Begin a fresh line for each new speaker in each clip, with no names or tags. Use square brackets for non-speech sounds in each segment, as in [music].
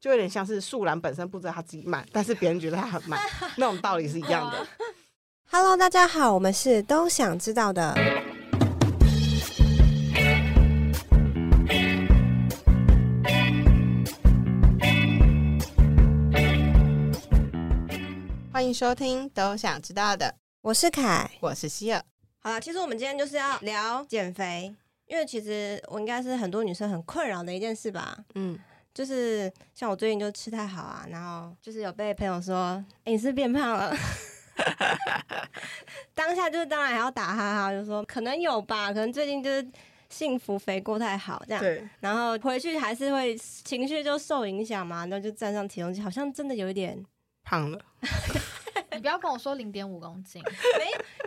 就有点像是素兰本身不知道她自己慢，但是别人觉得她
[laughs]
很慢，那种道理是一样
啊
的。
Hello，大家好，我们是都想知道的。
欢迎收听《都想知道的》，
我是凯，
我是希尔。
好啦，其实我们今天就是要聊减肥，因为其实我应该是很多女生很困扰的一件事吧。
嗯，
就是像我最近就吃太好啊，然后就是有被朋友说：“哎、你是不是变胖了。” [laughs] 当下就是当然还要打哈哈，就说可能有吧，可能最近就是幸福肥过太好这样。
对，
然后回去还是会情绪就受影响嘛，然后就站上体重机，好像真的有一点
胖了。
[laughs] 你不要跟我说零点五公斤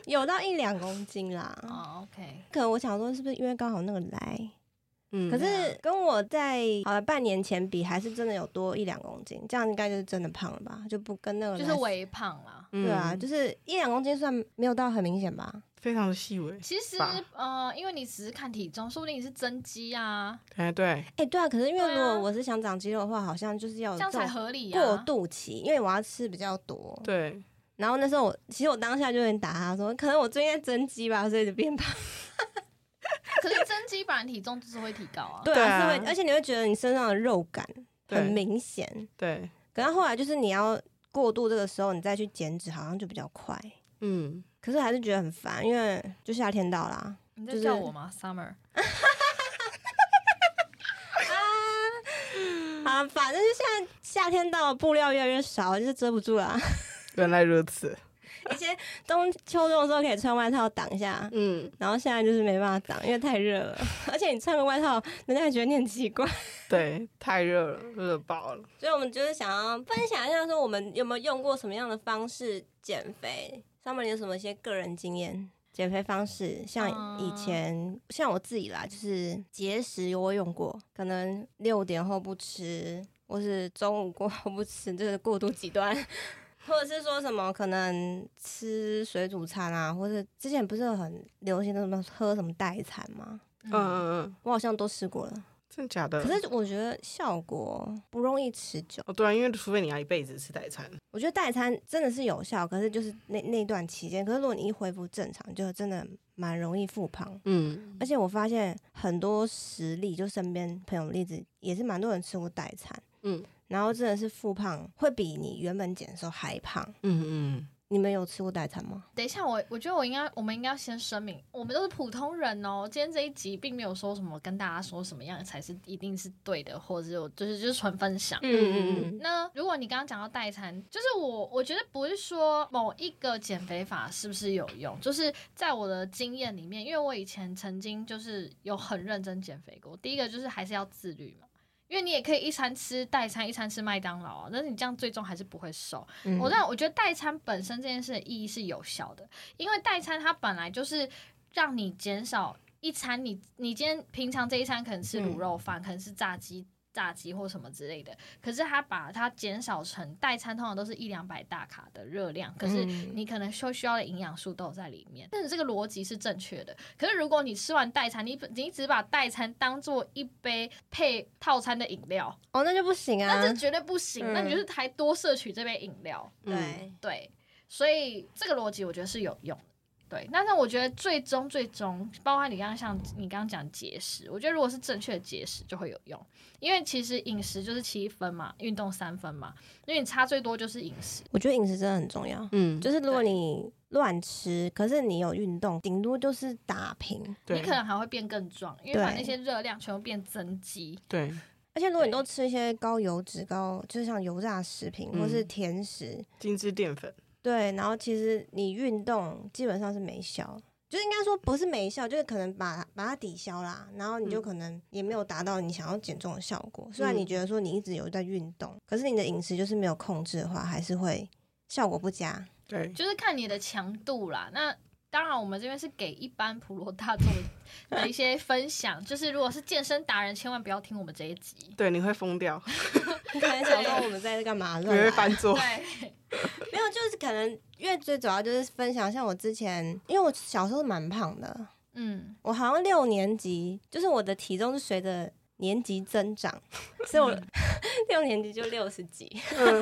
有到一两公斤啦。
哦，OK，
[laughs] 可能我想说，是不是因为刚好那个来？
嗯，
可
对
是
啊
跟我在呃半年前比，还是真的有多一两公斤，这样应该就是真的胖了吧？就不跟那个来
就是微胖啦。
嗯
对啊，就是一两公斤算没有到很明显吧？
非常的细微。
其实
吧
呃，因为你只是看体重，说不定你是增肌啊，
哎，对，
哎、对啊，可是因为
对
如
啊
果我是想长肌肉的话，好像呃就是要有
这样
这
才
种
合理啊。
过渡期，因为我要吃比较多。
对，
然后那时候我其实我当下就有点打他说，可能我最近在增肌吧，所以就变胖。
可是增肌本来体重就是会提高啊。
对
对
啊，
啊
是会，而且你会觉得你身上的肉感
对
很明显。
对，
可是后来就是你要过渡这个时候，你再去减脂，好像就比较快。
嗯，
可是还是觉得很烦，因为就夏天到啦。
你在
就是
叫我吗，Summer？
啊，反正就现在夏天到了，布料越来越少，就是遮不住啦。 [laughs]
原来如此。
以前冬秋冬的时候可以穿外套挡一下，
嗯，
然后现在就是没办法挡，因为太热了。 [laughs] 而且你穿个外套，人家也觉得你很奇怪。
对，太热了，热爆了。
所以我们就是想要分享一下，说我们有没有用过什么样的方式减肥？上面有什么一些个人经验？减肥方式，像
嗯
以前、像我自己啦，就是节食我有用过，可能六点后不吃，或是中午过后不吃，就是过度极端。 [laughs] 或者是说什么可能吃水煮餐啊，或者之前不是很流行的什么喝什么代餐吗？
嗯嗯嗯，
我好像都试过了，
真假的？
可是我觉得效果不容易持久。
哦，对啊，因为除非你要一辈子吃代餐，
我觉得代餐真的是有效，可是就是那那段期间，可是如果你一恢复正常，就真的蛮容易复胖。
嗯，
而且我发现很多实例，就身边朋友的例子，也是蛮多人吃过代餐，
嗯
然后真的是复胖，会比你原本减的时候还胖。
嗯嗯，
你们有吃过代餐吗？
等一下，我我觉得我应该，我们应该要先声明，我们都是普通人哦。今天这一集并没有说什么跟大家说什么样才是一定是对的，或者是有就是就是纯分享。
嗯
嗯
那如果你刚刚讲到代餐，就是我我觉得不是说某一个减肥法是不是有用，就是在我的经验里面，因为我以前曾经就是有很认真减肥过。第一个就是还是要自律嘛，因为你也可以一餐吃代餐，一餐吃麦当劳啊，但是你这样最终还是不会瘦。
嗯
我但我觉得代餐本身这件事的意义是有效的，因为代餐它本来就是让你减少一餐你，你今天平常这一餐可能吃卤肉饭，可能是炸鸡。炸鸡或什么之类的，可是它把它减少成代餐，通常都是一两百大卡的热量，可是
嗯
你可能需需要的营养素都有在里面，但是这个逻辑是正确的。可是如果你吃完代餐，你你只把代餐当做一杯配套餐的饮料，
哦，那就不行啊
那。这绝对不行。那
嗯
你就是还多摄取这杯饮料，
嗯，
对，
对，所以这个逻辑我觉得是有用的。对，但是我觉得最终最终，包括你刚刚像你刚刚讲节食，我觉得如果是正确的节食就会有用，因为其实饮食就是七分嘛，运动三分嘛，因为你差最多就是饮食。
我觉得饮食真的很重要。
嗯，
就是如果你乱吃，可是你有运动，顶多就是打平。
对
你可能还会变更壮，因为把
对
那些热量全部变增肌。
对，
[laughs] 而且如果你都吃一些高油脂、高就是像油炸食品或是
嗯
甜食，
精致淀粉，
对，然后其实你运动基本上是没效，就是应该说不是没效，就是可能把把它抵消啦，然后你就
嗯
可能也没有达到你想要减重的效果。虽然你
嗯
觉得说你一直有在运动，可是你的饮食就是没有控制的话，还是会效果不佳。
对，
就是看你的强度啦。那当然，我们这边是给一般普罗大众的的一些分享，就是如果是健身达人，千万不要听我们这
[laughs]
一集。
对，你会疯掉，
你 [laughs] 可能想说我们在干嘛？
你
乱
会
来
翻桌，
对，
没有，就是可能因为最主要就是分享，像我之前，因为我小时候蛮胖的，
嗯，
我好像六年级，就是我的体重是随着年级增长，所以我 [laughs] 六年级就六十几，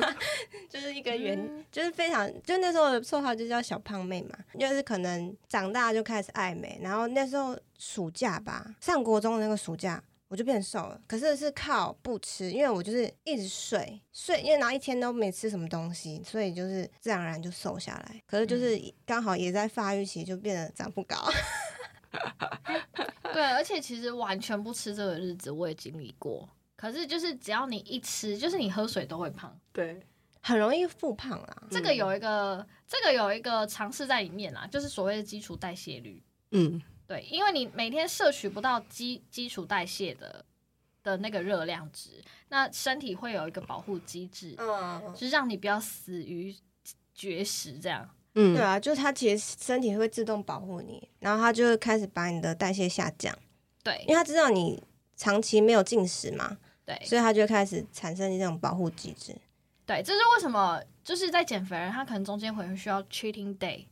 [laughs] 就是一个圆，
嗯
就是非常，就那时候的绰号就叫小胖妹嘛，就是可能长大就开始爱美，然后那时候暑假吧，上国中的那个暑假。我就变瘦了，可是是靠不吃，因为我就是一直睡睡，因为然后一天都没吃什么东西，所以就是自然而然就瘦下来。可是就是刚好也在发育期，就变得长不高。 [laughs]
对，而且其实完全不吃这个日子我也经历过，可是就是只要你一吃，就是你喝水都会胖。
对，
很容易复胖啦。
这个有一
嗯
个，这个有一个尝试在里面啦，就是所谓的基础代谢率。
嗯，
对，因为你每天摄取不到基基础代谢的的那个热量值，那身体会有一个保护机制，
嗯，
就是让你不要死于绝食这样。
嗯
对，啊，就是它其实身体会自动保护你，然后它就会开始把你的代谢下降，因
对
为它知道你长期没有进食嘛，
对
所以它就会开始产生这种保护机制。
对，这是为什么？就是在减肥人，他可能中间会需要 cheating day，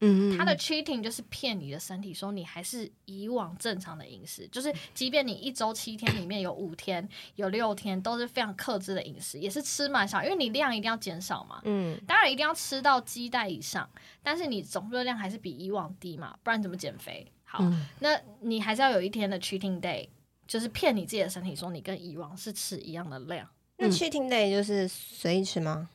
嗯
他的 cheating 就是骗你的身体，说你还是以往正常的饮食，就是即便你一周七天里面有五天、有六天都是非常克制的饮食，也是吃蛮少，因为你量一定要减少嘛。
嗯，
当然一定要吃到鸡蛋以上，但是你总热量还是比以往低嘛，不然怎么减肥？好，
嗯
那你还是要有一天的 cheating day，就是骗你自己的身体说你跟以往是吃一样的量。
那
嗯
cheating day 就是随意吃吗？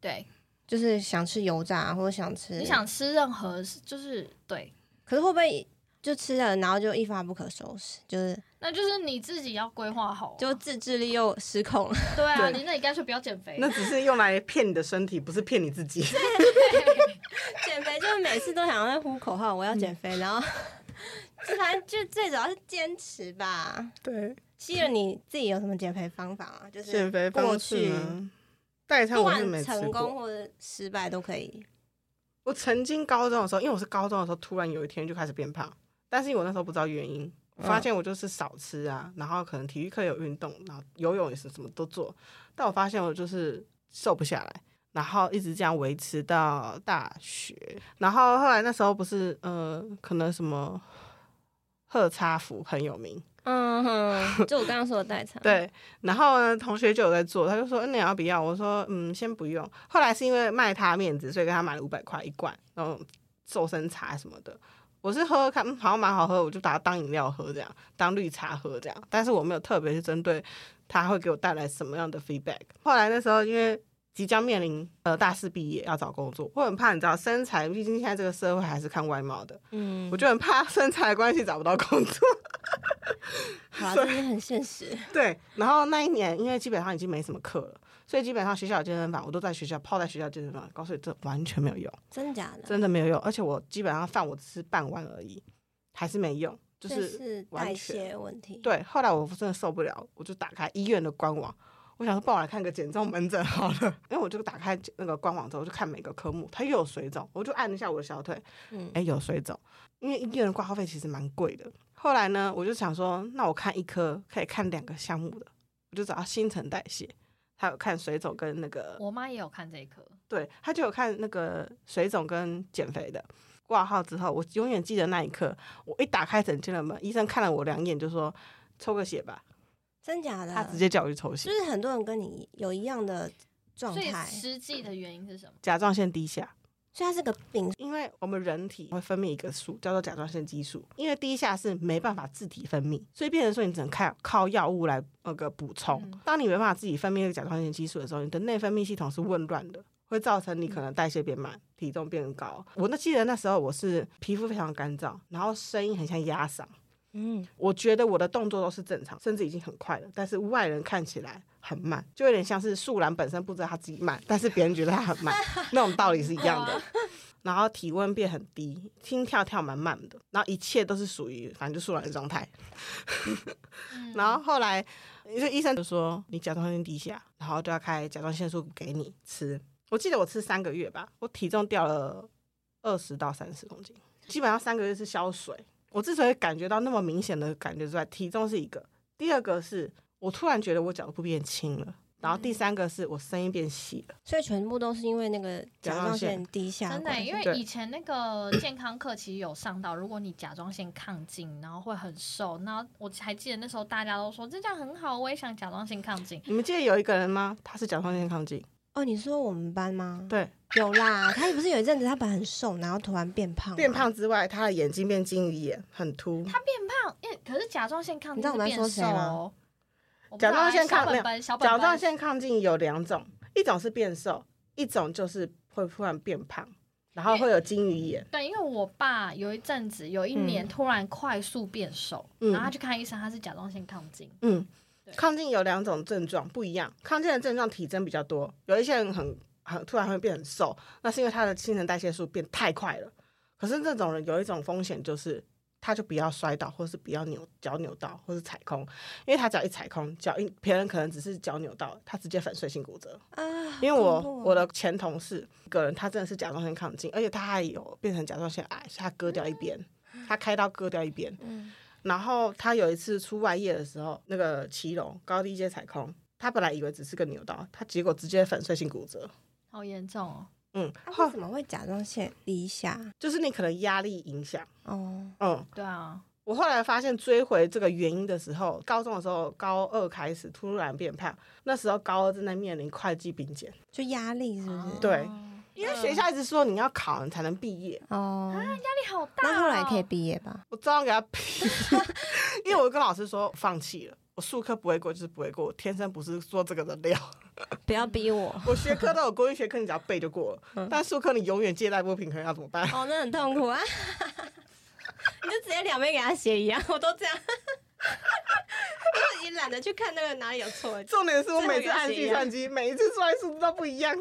对，
就是想吃油炸、啊或者想吃，
你想，吃任何就是对，
可是会不会就吃了，然后就一发不可收拾，就是
那就是你自己要规划好啊、
就自制力又失控了？
对啊，
对
你那你干脆不要减肥。
那只是用来骗你的身体，不是骗你自己。
[laughs]
[laughs]
减肥就是每次都想要在呼口号，我要减肥，然后 [laughs] 就反正就最主要是坚持吧。
对，
希尔，你自己有什么减肥方法啊？就
[laughs]
是
减肥
过
方式
去
呢？代餐
不
我是
管
没吃
成功
过。
或者失败都可以。
我曾经高中的时候，因为我是高中的时候，突然有一天就开始变胖，但是因为我那时候不知道原因，我发现我就是少吃啊，然后可能体育课有运动，然后游泳也是什么都做，但我发现我就是瘦不下来，然后一直这样维持到大学，然后后来那时候不是呃，可能什么贺差福很有名，
嗯哼，就我刚刚说的代
[laughs]
餐。，
对，然后呢，同学就有在做，他就说、嗯、你要不要？我说嗯，先不用。后来是因为卖他面子，所以给他买了五百块一罐，然后瘦身茶什么的。我是喝喝看，嗯好像蛮好喝，我就把它当饮料喝，这样当绿茶喝这样。但是我没有特别去针对它会给我带来什么样的 feedback。后来那时候因为即将面临呃大四毕业要找工作，我很怕你知道身材，毕竟现在这个社会还是看外貌的，
嗯
我，就很怕身材的关系找不到工作。
好啦，这是很现实。
对，然后那一年因为基本上已经没什么课了，所以基本上学校有健身房我都在学校泡在学校健身房，告诉你这完全没有用，
真假的？
真的没有用。而且我基本上饭我只是半碗而已，还是没用，就
这
是
是
完
代
全
谢问题。
对。后来我真的受不了，我就打开医院的官网。我想说，帮我来看个减重门诊好了， [laughs] 因为我就打开那个官网之后，我就看每个科目，它又有水肿，我就按了一下我的小腿，
嗯，
哎、有水肿，因为医院的挂号费其实蛮贵的。后来呢，我就想说，那我看一科可以看两个项目的，我就找到新陈代谢，还有看水肿跟那
哦
个，
我妈也有看这一科，
对，他就有看那个水肿跟减肥的。挂号之后，我永远记得那一刻，我一打开诊间的门，医生看了我两眼就说：“抽个血吧。”
真假的？
他直接叫我去抽血
嗯就，是很多人跟你有一样的状
所以
态，所以
实际的原因是什么？
甲状腺低下。
它是个病。
因为我们人体会分泌一个素叫做甲状腺激素，因为低下是没办法自体分泌，所以变成说你只能靠靠药物来那个补充
嗯。
当你没办法自己分泌那个甲状腺激素的时候，你的内分泌系统是紊乱的。会造成你可能代谢变慢，体重变高。我那记得那时候我是皮肤非常干燥，然后声音很像鸭嗓。
嗯，
我觉得我的动作都是正常，甚至已经很快了，但是外人看起来很慢，就有点像是树懒本身不知道它自己慢，但是别人觉得它很慢，那种道理是一样的
哇。
然后体温变很低，心跳跳蛮慢的，然后一切都是属于反正就树懒的状态。
嗯
然后后来，就医生就说你甲状腺低下，然后就要开甲状腺素给你吃。我记得我吃三个月吧，我体重掉了二十到三十公斤，基本上三个月是消水。我之所以感觉到那么明显的感觉之外，体重是一个，第二个是我突然觉得我脚步变轻了，然后第三个是我声音变细了，
所以全部都是因为那个甲状腺低下的
真
关
的，
系，
因为
对
以前那个健康课其实有上到，如果你甲状腺亢进，然后会很瘦。然后我还记得那时候大家都说这样很好，我也想甲状腺亢进。
你们记得有一个人吗？他是甲状腺亢进，
哦，你说我们班吗？
对，
有啦，他不是有一阵子他本来很瘦，然后突然变胖，
变，胖之外，他的眼睛变金鱼眼，很凸。
他变胖，因为可是甲状腺亢
你知
进
道我们
是
在说
变
谁
瘦
吗
哦。我不知
甲
道
状
哎
腺
小
亢没
本
有
本，小本
甲
本
状腺亢进有两种，一种是变瘦，一种就是会突然变胖，然后会有金鱼眼。
对，因为我爸有一阵子有一年突然快速变瘦，
嗯
然后他去看医生，他是甲状腺亢进。
嗯
对，
亢进有两种症状不一样，亢进的症状体征比较多，有一些人很很突然会变很瘦，那是因为他的新陈代谢速变太快了。可是这种人有一种风险就是。他就不要摔倒，或是不要扭脚扭到，或是踩空，因为他只要一踩空，脚一别人可能只是脚扭到，他直接粉碎性骨折。
啊，
因为我
好恐怖哦
我的前同事一个人，他真的是甲状腺亢进，而且他还有变成甲状腺癌，所以他割掉一边，他开刀割掉一边。
嗯
然后他有一次出外夜的时候，那个骑楼高低阶踩空，他本来以为只是个扭到，他结果直接粉碎性骨折。
好严重哦！
嗯，
他
后
啊为什么会甲状腺低下？
就是你可能压力影响，
哦，
嗯，
对啊，
我后来发现追回这个原因的时候，高中的时候高二开始突然变胖，那时候高二正在面临会计并检，
就压力是不是？
对
哦
因
嗯
为学校一直说你要考你才能毕业，
哦，
压力好大、哦。
那后来可以毕业吧？
我照样给他批， [laughs] 因为我跟老师说放弃了，我数科不会过就是不会过，我天生不是做这个的料。 [laughs]
不要逼我，
我学科都有过，因为学科你只要背就过了，但数科你永远借贷不平衡，要怎么办？ [laughs]
哦，那很痛苦啊！ [laughs] 你就直接两边给他写一样，我都这样， [laughs] 我也懒得去看那个哪里有错。
重点是我每次按计算机，每一次出来数字都不一样。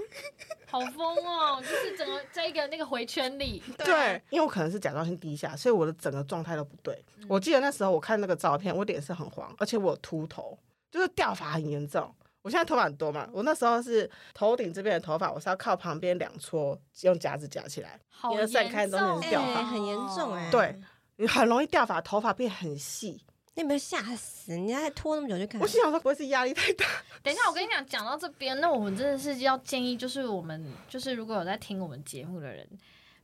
好疯哦，就是整个在一个那个回
[laughs]
圈里，
对，因为我可能是甲状腺低下，所以我的整个状态都不对。我记得那时候我看那个照片，我脸是很黄，而且我有秃头，就是掉发很严重。我现在头发很多嘛，我那时候是头顶这边的头发，我是要靠旁边两撮用夹子夹起来，
好
你的散开
严
中间
重、哦
是掉发
哎很严重哎
对你很容易掉发，头发变很细。
你有没有吓死？你还拖那么久去看
我？心想说，不会是压力太大？
等一下，我跟你讲，讲到这边，那我们真的是要建议，就是我们就是如果有在听我们节目的人，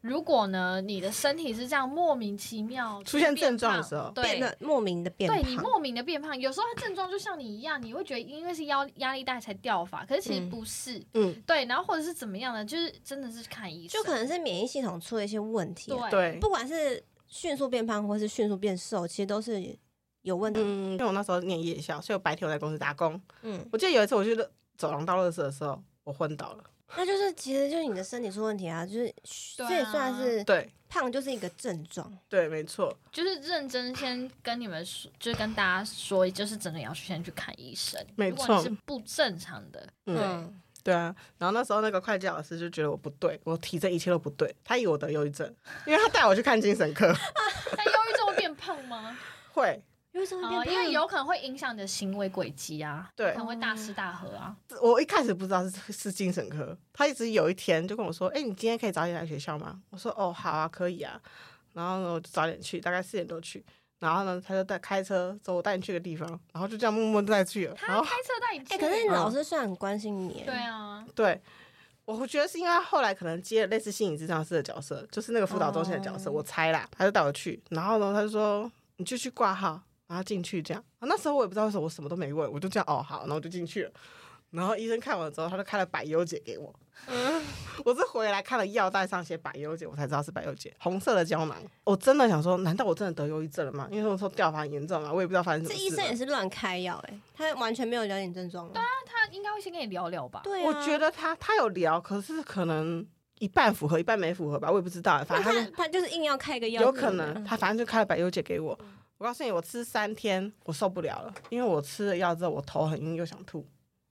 如果呢你的身体是这样莫名其妙
出现症
变
状的
胖
时候
对
变得莫名的变
对你
胖，
莫名的变胖，有时候它症状就像你一样，你会觉得因为是压压力大才掉发，可是其实
嗯
不是，
嗯，
对，然后或者是怎么样呢？就是真的是看医生，
就可能是免疫系统出了一些问题啊、
对
[laughs] 对。
不管是迅速变胖或是迅速变瘦，其实都是有问题。
嗯，因为我那时候念夜校，所以我白天我在公司打工。
嗯，
我记得有一次我去走廊倒垃圾的时候，我昏倒了。
那就是其实就是你的身体出问题啊，就是这
对啊
也算是
对
胖就是一个症状。
对，没错。
就是认真先跟你们说，就是跟大家说，就是真的要先去看医生，
没
如果你
错
是不正常的，
嗯，对啊。然后那时候那个会计老师就觉得我不对，我提这一切都不对，他以为我得忧郁症，因为他带我去看精神科。 [laughs]
那忧郁症会变胖吗？
会，
为什么
哦
[laughs] 会，变
因
胖？
为有可能会影响你的行为轨迹啊，
对
可能会大吃大喝啊。
我一开始不知道是是精神科，他一直有一天就跟我说：“哎、你今天可以早点来学校吗？”我说：“哦，好啊，可以啊。”然后呢，我就早点去，大概四点多去。然后呢，他就带开车走，我带你去个地方，然后就这样默默地带去了。然
他
后
开车带你去，
哎、可
嗯
是老师虽然很关心你，
对，啊，
对，我觉得是因为他后来可能接了类似心理咨商师的角色，就是那个辅导中心的角色，
哦
我猜啦。他就带我去，然后呢，他就说：“你就去挂号，然后进去这样。”啊那时候我也不知道为什么，我什么都没问，我就这样哦好，然后我就进去了。然后医生看完之后，他就开了百忧解给我。
嗯
我是回来看了药袋上写百忧解，我才知道是百忧解，红色的胶囊。我真的想说，难道我真的得忧郁症了吗？因为那时候掉发很严重啊，我也不知道发生什
这
么
医
事
生也
了。
是乱开药，哎，他完全没有了解你症状吗？
他应该会先跟你聊聊吧。
对啊，
我觉得他他有聊，可是可能一半符合，一半没符合吧，我也不知道。反
那
正他
他
就
他就是硬要开个药，
有可
啊
能，他反正就开了百忧解给我。我告诉你，我吃三天我受不了了，因为我吃了药之后我头很晕又想吐，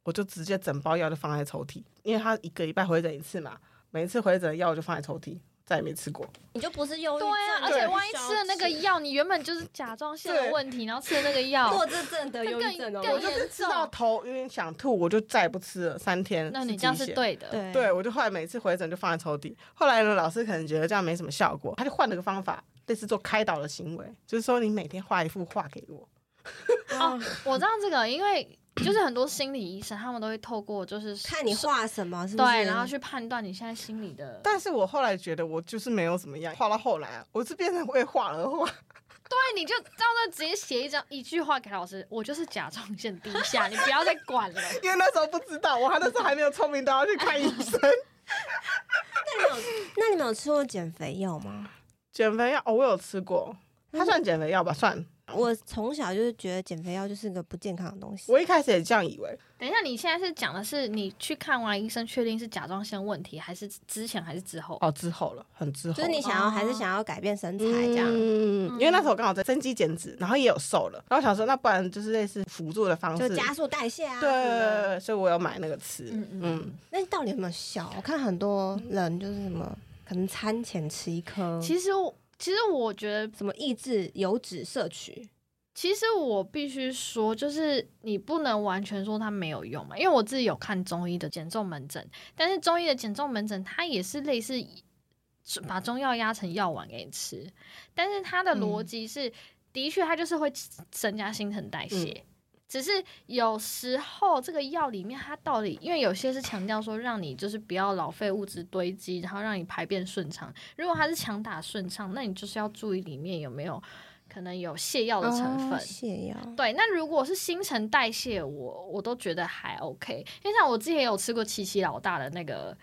我就直接整包药就放在抽屉，因为他一个礼拜回诊一次嘛，每一次回诊的药我就放在抽�屉，再也没吃过。
你就不是忧郁
对
症，
啊，
你
而
就
且
是
万一
消
吃了那个
极
药，你原本就是甲状腺的
对
问题，然后吃了那个药
弱，智症的忧郁症哦，
更
我
更
就是
严
吃到
重。
头晕想吐，我就再也不吃了三天。
那你这样
极
是
限。
对的。
对
对，我就后来每次回诊就放在抽屉。后来呢，老师可能觉得这样没什么效果，他就换了个方法，类似做开导的行为，就是说你每天画一幅画给我。
哦，我知道这个，因为就是很多心理医生他们都会透过就是
看你画什么，是不是？
对，然后去判断你现在心里的。
但是我后来觉得我就是没有怎么样，画到后来啊，我是变成会画了画，
对，你就到那直接写一张一句话给老师，我就是甲状腺低下，你不要再管了。
因为那时候不知道，我还那时候还没有聪明到要去看医生。 [laughs]
那你们有那你们有吃过减肥药吗？
减肥药哦，我有吃过，它算减肥药吧？算。
我从小就是觉得减肥药就是个不健康的东西。
我一开始也这样以为，
[laughs] 等一下，你现在是讲的是你去看完医生，确定是甲状腺问题，还是之前还是之后？
哦，之后了，很之后了。
就是你想
哦
要还是想要改变身材这样，
嗯，因为那时候我刚好在增肌减脂，然后也有瘦了，然后想说那不然就是类似辅助的方
就
式，
加速代谢啊。什么的
对，所以我有买那个吃，
嗯嗯
嗯，
那到底有没有效？我看很多人就是什么，可能餐前吃一颗，
其实我，其实我觉得，
什么抑制油脂摄取，
其实我必须说，就是你不能完全说它没有用嘛，因为我自己有看中医的减重门诊，但是中医的减重门诊它也是类似把中药压成药丸给你吃，但是它的逻辑是，的确它就是会增加新陈代谢。只是有时候这个药里面它到底，因为有些是强调说让你就是不要老废物质堆积，然后让你排便顺畅。如果它是强打顺畅，那你就是要注意里面有没有可能有泻药的成分。
哦泻药。
对，那如果是新陈代谢，我我都觉得还 OK。因为像我之前有吃过七七老大的那个，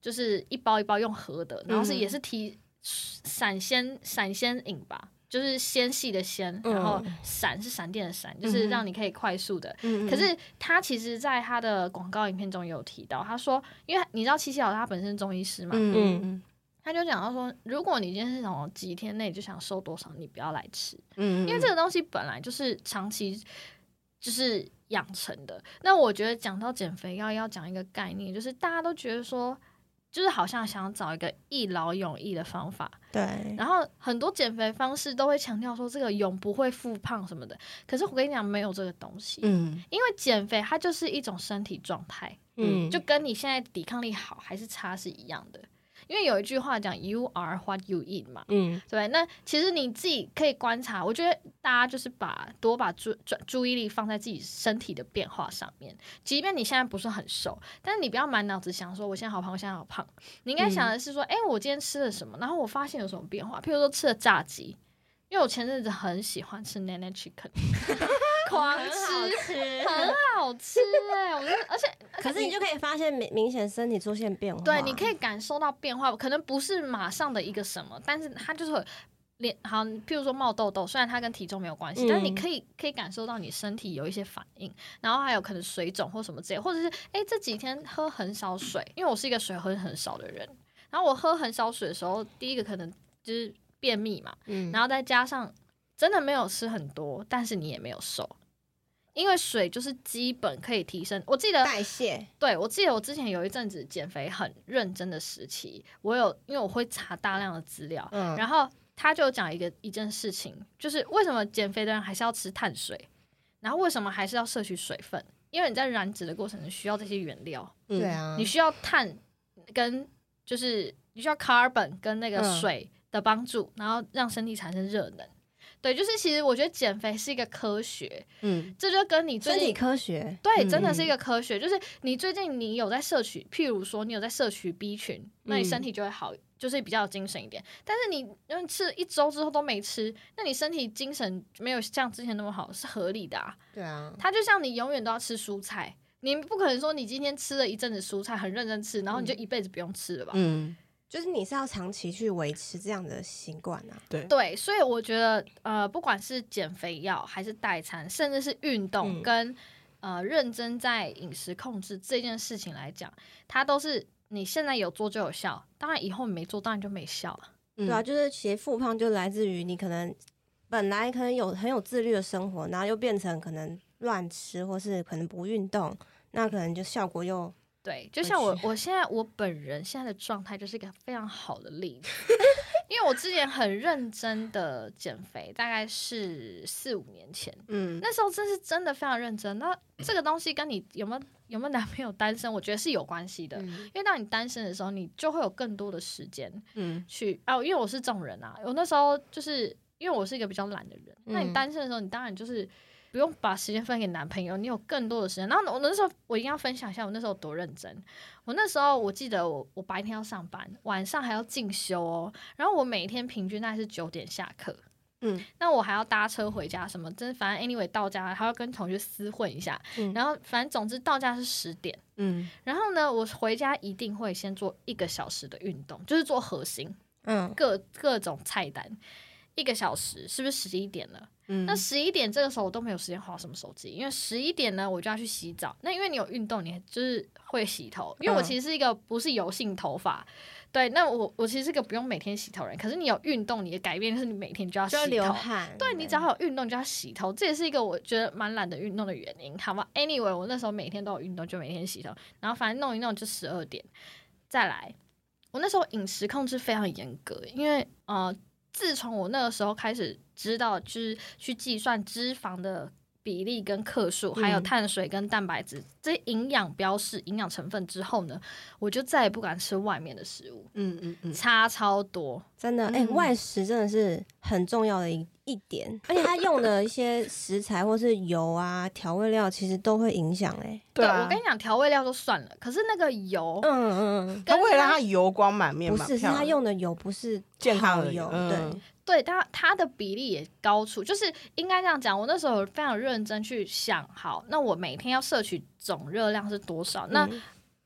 就是一包一包用喝的，然后是
嗯
也是提闪鲜闪鲜饮吧，就是纤细的纤，然后闪是闪电的闪，就是让你可以快速的。
嗯
可是他其实，在他的广告影片中也有提到，他说，因为你知道七七老大他本身是中医师嘛，
嗯
他就讲到说，如果你今天是想几天内就想瘦多少，你不要来吃。
嗯
因为这个东西本来就是长期就是养成的。那我觉得讲到减肥药，要讲一个概念，就是大家都觉得说，就是好像想找一个一劳永逸的方法，
对，
然后很多减肥方式都会强调说这个永不会复胖什么的。可是我跟你讲，没有这个东西，
嗯
因为减肥它就是一种身体状态，
嗯
就跟你现在抵抗力好还是差是一样的。因为有一句话讲 “You are what you eat” 嘛，
嗯
对，那其实你自己可以观察，我觉得大家就是把多把注注注意力放在自己身体的变化上面。即便你现在不是很瘦，但是你不要满脑子想说我现在好胖，我现在好胖。你应该想的是说，哎、我今天吃了什么，然后我发现有什么变化。譬如说吃了炸鸡，因为我前阵子很喜欢吃 Nene [laughs] Chicken，狂吃，
吃
很好吃哎、 [laughs] 我觉得而且
[laughs] 可是你就可以发现明明显身体出现变化。
对，你可以感受到变化，可能不是马上的一个什么，但是它就是会脸，好，譬如说冒痘痘，虽然它跟体重没有关系，但是你
嗯
可以可以感受到你身体有一些反应，然后还有可能水肿或什么之类，或者是诶这几天喝很少水，因为我是一个水喝很少的人，然后我喝很少水的时候，第一个可能就是便秘嘛，
嗯，
然后再加上真的没有吃很多，但是你也没有瘦。因为水就是基本可以提升，我记得
代谢，
对，我记得我之前有一阵子减肥很认真的时期，我有因为我会查大量的资料，
嗯，
然后他就讲一个一件事情，就是为什么减肥的人还是要吃碳水，然后为什么还是要摄取水分，因为你在燃脂的过程中需要这些原料，
嗯
对，啊，
你需要碳跟就是你需要 carbon 跟那个
嗯
水的帮助，然后让身体产生热能。对，就是其实我觉得减肥是一个科学，
嗯
这就跟你最
身
近
体科学，
对，
嗯
真的是一个科学。就是你最近你有在摄取，譬如说你有在摄取 B 群，那你
嗯
身体就会好，就是比较有精神一点。但是你因为吃一周之后都没吃，那你身体精神没有像之前那么好，是合理的啊。
对
嗯
啊，
它就像你永远都要吃蔬菜，你不可能说你今天吃了一阵子蔬菜，很认真吃，然后你就一辈子不用吃了吧？
嗯，
就是你是要长期去维持这样的习惯啊。
对，所以我觉得，呃，不管是减肥药还是代餐，甚至是运动
嗯
跟、呃认真在饮食控制这件事情来讲，它都是你现在有做就有效，当然以后你没做当然就没效了。
对
对啊，，就是其实复胖就来自于你可能本来可能有很有自律的生活，然后又变成可能乱吃或是可能不运动，那可能就效果又
对，就像我
而，且
我现在我本人现在的状态就是一个非常好的例子， [laughs] 因为我之前很认真的减肥，大概是四五年前，
嗯
那时候真是真的非常认真。那这个东西跟你有没有有没有男朋友单身，我觉得是有关系的。因为当你单身的时候，你就会有更多的时间
嗯
去哦、因为我是这种人啊，我那时候就是因为我是一个比较懒的人，那你
嗯
单身的时候，你当然就是。不用把时间分给男朋友，你有更多的时间。然后我那时候我一定要分享一下，我那时候有多认真。我那时候我记得我我白天要上班，晚上还要进修哦，然后我每天平均大概是九点下课。
嗯，
那我还要搭车回家，什么，真反正 anyway 到家还要跟同学厮混一下，
嗯
然后反正总之到家是十点，
嗯，
然后呢，我回家一定会先做一个小时的运动，就是做核心，
嗯，
各各种菜单，一个小时是不是十一点了？
嗯
那十一点这个时候我都没有时间划什么手机，因为十一点呢我就要去洗澡。那因为你有运动，你就是会洗头，因为
嗯
我其实是一个不是油性头发。对，那我我其实是个不用每天洗头的人，可是你有运动，你的改变就是你每天就要洗
就
头，
会流汗。
对你只要有运动就要洗头，这也是一个我觉得蛮懒得运动的原因，好吗？Anyway，我那时候每天都有运动，就每天洗头，然后反正弄一弄就十二点再来。我那时候饮食控制非常严格，因为呃，自从我那个时候开始知道，就是去计算脂肪的比例跟克数，还有
嗯
碳水跟蛋白质这些营养标示、营养成分之后呢，我就再也不敢吃外面的食物，
嗯嗯嗯，
差超多。
真的，哎、
嗯
外食真的是很重要的一一点，而且它用的一些食材或是油啊、调味料，其实都会影响、哎，
对
我
啊
跟，你讲，调味料都算了，可是那个油，
嗯嗯
他为了让
它
它油光满面
嗯，不
嘛，
是，是
漂
它
亮
用的油不是
健康
好
而已
油，
嗯
对，
对它它的比例也高出，就是应该这样讲。我那时候有非常认真去想，好，那我每天要摄取总热量是多少？那
嗯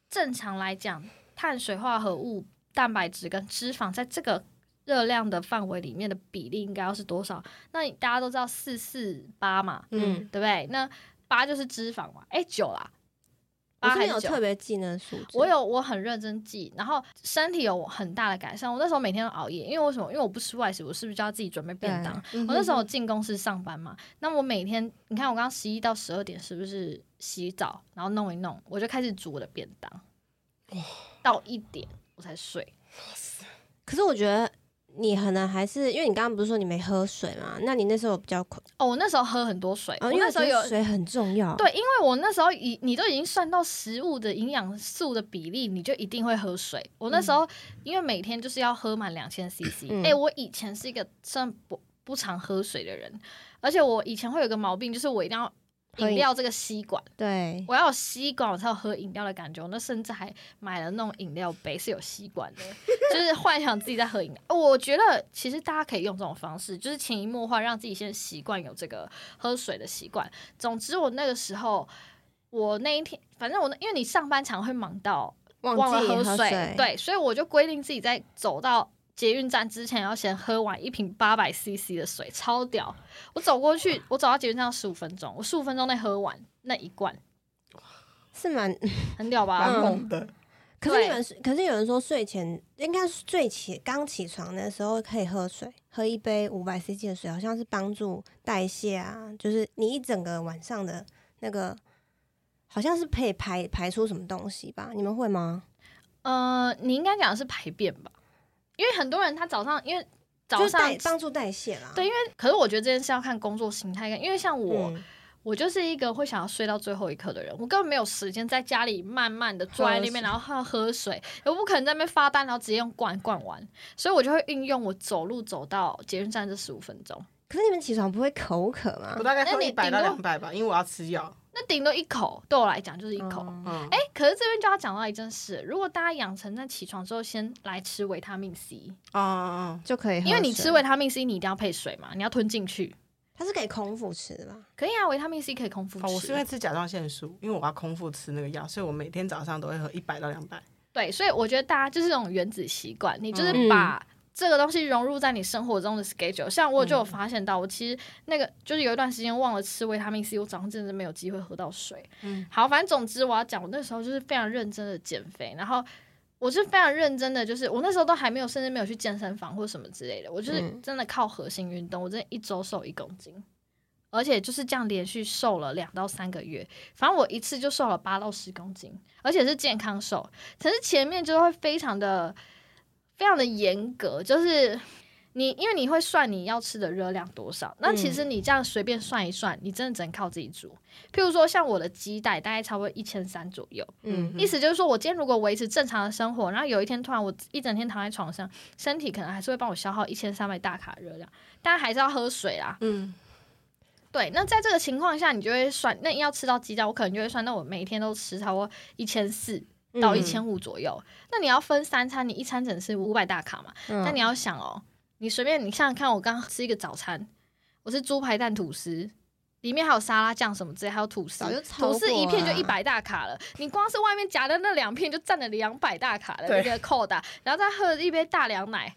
正常来讲，碳水化合物、蛋白质跟脂肪在这个热量的范围里面的比例应该要是多少？那你大家都知道四四八嘛，
嗯，
对不对？那八就是脂肪嘛，哎九啦，
我
八
是
还
没
是
有
九
特别技能数字，
我有我很认真记，然后身体有很大的改善。我那时候每天都熬夜，因为为什么？因为我不吃外食，我是不是就要自己准备便当？
嗯
我那时候进公司上班嘛，那我每天你看我刚刚十一到十二点是不是洗澡，然后弄一弄，我就开始煮我的便当，到一点我才睡。
可是我觉得你可能还是因为你刚刚不是说你没喝水嘛？那你那时候比较困，
哦，我那时候喝很多水，
啊，
我
因为
那
我
时
觉
候有
得水很重要。，
对，因为我那时候已你都已经算到食物的营养素的比例，你就一定会喝水。我那时候、因为每天就是要喝满两千 CC，
嗯
哎，我以前是一个算不不常喝水的人，而且我以前会有个毛病，就是我一定要
喝饮
饮料这个吸管，
对，
我要有吸管我才有喝饮料的感觉。我那甚至还买了那种饮料杯是有吸管
[laughs]
的，就是幻想自己在喝饮料。哦我觉得其实大家可以用这种方式，就是潜移默化让自己先习惯有这个喝水的习惯。总之，我那个时候，我那一天，反正我那因为你上班常会忙到忘了
记
喝
喝水，，
对，所以我就规定自己在走到。捷运站之前要先喝完一瓶八百 CC 的水，超屌！我走过去，我走到捷运站十五分钟，我十五分钟内喝完那一罐，
是蛮。
很屌吧？
蛮
嗯
猛的，
可是
对
你们，可是有人说睡前应该是最起刚起床的时候可以喝水，喝一杯五百 CC 的水，好像是帮助代谢啊，就是你一整个晚上的那个，好像是可以排排出什么东西吧？你们会吗？
呃，你应该讲的是排便吧，因为很多人他早上因为
就
早
是
上
代，帮助代谢啦。
对因可是我觉得这件事要看工作形态，因为像我，
嗯
我就是一个会想要睡到最后一刻的人，我根本没有时间在家里慢慢的坐在那
喝
边，
水
然后喝喝水，我不可能在那边发呆，然后直接用灌灌完，所以我就会运用我走路走到捷运站这十五分钟，
可是你们起床不会口渴吗
我？大概
那
喝
你
一百到
顶
两百吧，因为我要吃药，
那顶多一口，对我来讲就是一口。
哦
嗯，
哎、可是这边就要讲到一件事，如果大家养成在起床之后先来吃维他命 C，
嗯嗯
就可以喝水，
因为你吃维他命 C，你一定要配水嘛，你要吞进去。
它是可以空腹吃的吧？
可以啊，维他命 C 可以空腹
嗯，
吃。
哦，我是因为吃甲状腺素，因为我要空腹吃那个药，所以我每天早上都会喝一百到两百，
对，所以我觉得大家就是这种原子习惯，你就是把这个东西融入在你生活中的 schedule。像我就有发现到，我其实那个就是有一段时间忘了吃维他命 C，我早上真的没有机会喝到水。
嗯
好，反正总之我要讲，我那时候就是非常认真的减肥，然后。我是非常认真的，就是我那时候都还没有，甚至没有去健身房或什么之类的，我就是
嗯
真的靠核心运动，我真的一周瘦一公斤，而且就是这样连续瘦了两到三个月，反正我一次就瘦了八到十公斤，而且是健康瘦，可是前面就会非常的、非常的严格，就是你因为你会算你要吃的热量多少，那其实你这样随便算一算，你真的只能靠自己煮。譬如说，像我的鸡蛋大概差不多一千三左右，
嗯，
意思就是说我今天如果维持正常的生活，然后有一天突然我一整天躺在床上，身体可能还是会帮我消耗一千三百大卡热量，但还是要喝水啦。
嗯，
对，那在这个情况下，你就会算，那要吃到鸡蛋，我可能就会算，那我每一天都吃差不多一千四
嗯
到一千五左右。那你要分三餐，你一餐只能吃五百大卡嘛？
嗯，
那
那
你要想哦，你随便你想想看，我刚吃一个早餐，我是猪排蛋吐司，里面还有沙拉酱什么之类，还有吐司
早就，超
吐司一片就
过了
一百大卡了。你光是外面夹的那两片就占了两百大卡的那
对
个扣打，然后再喝一杯大凉奶、
哦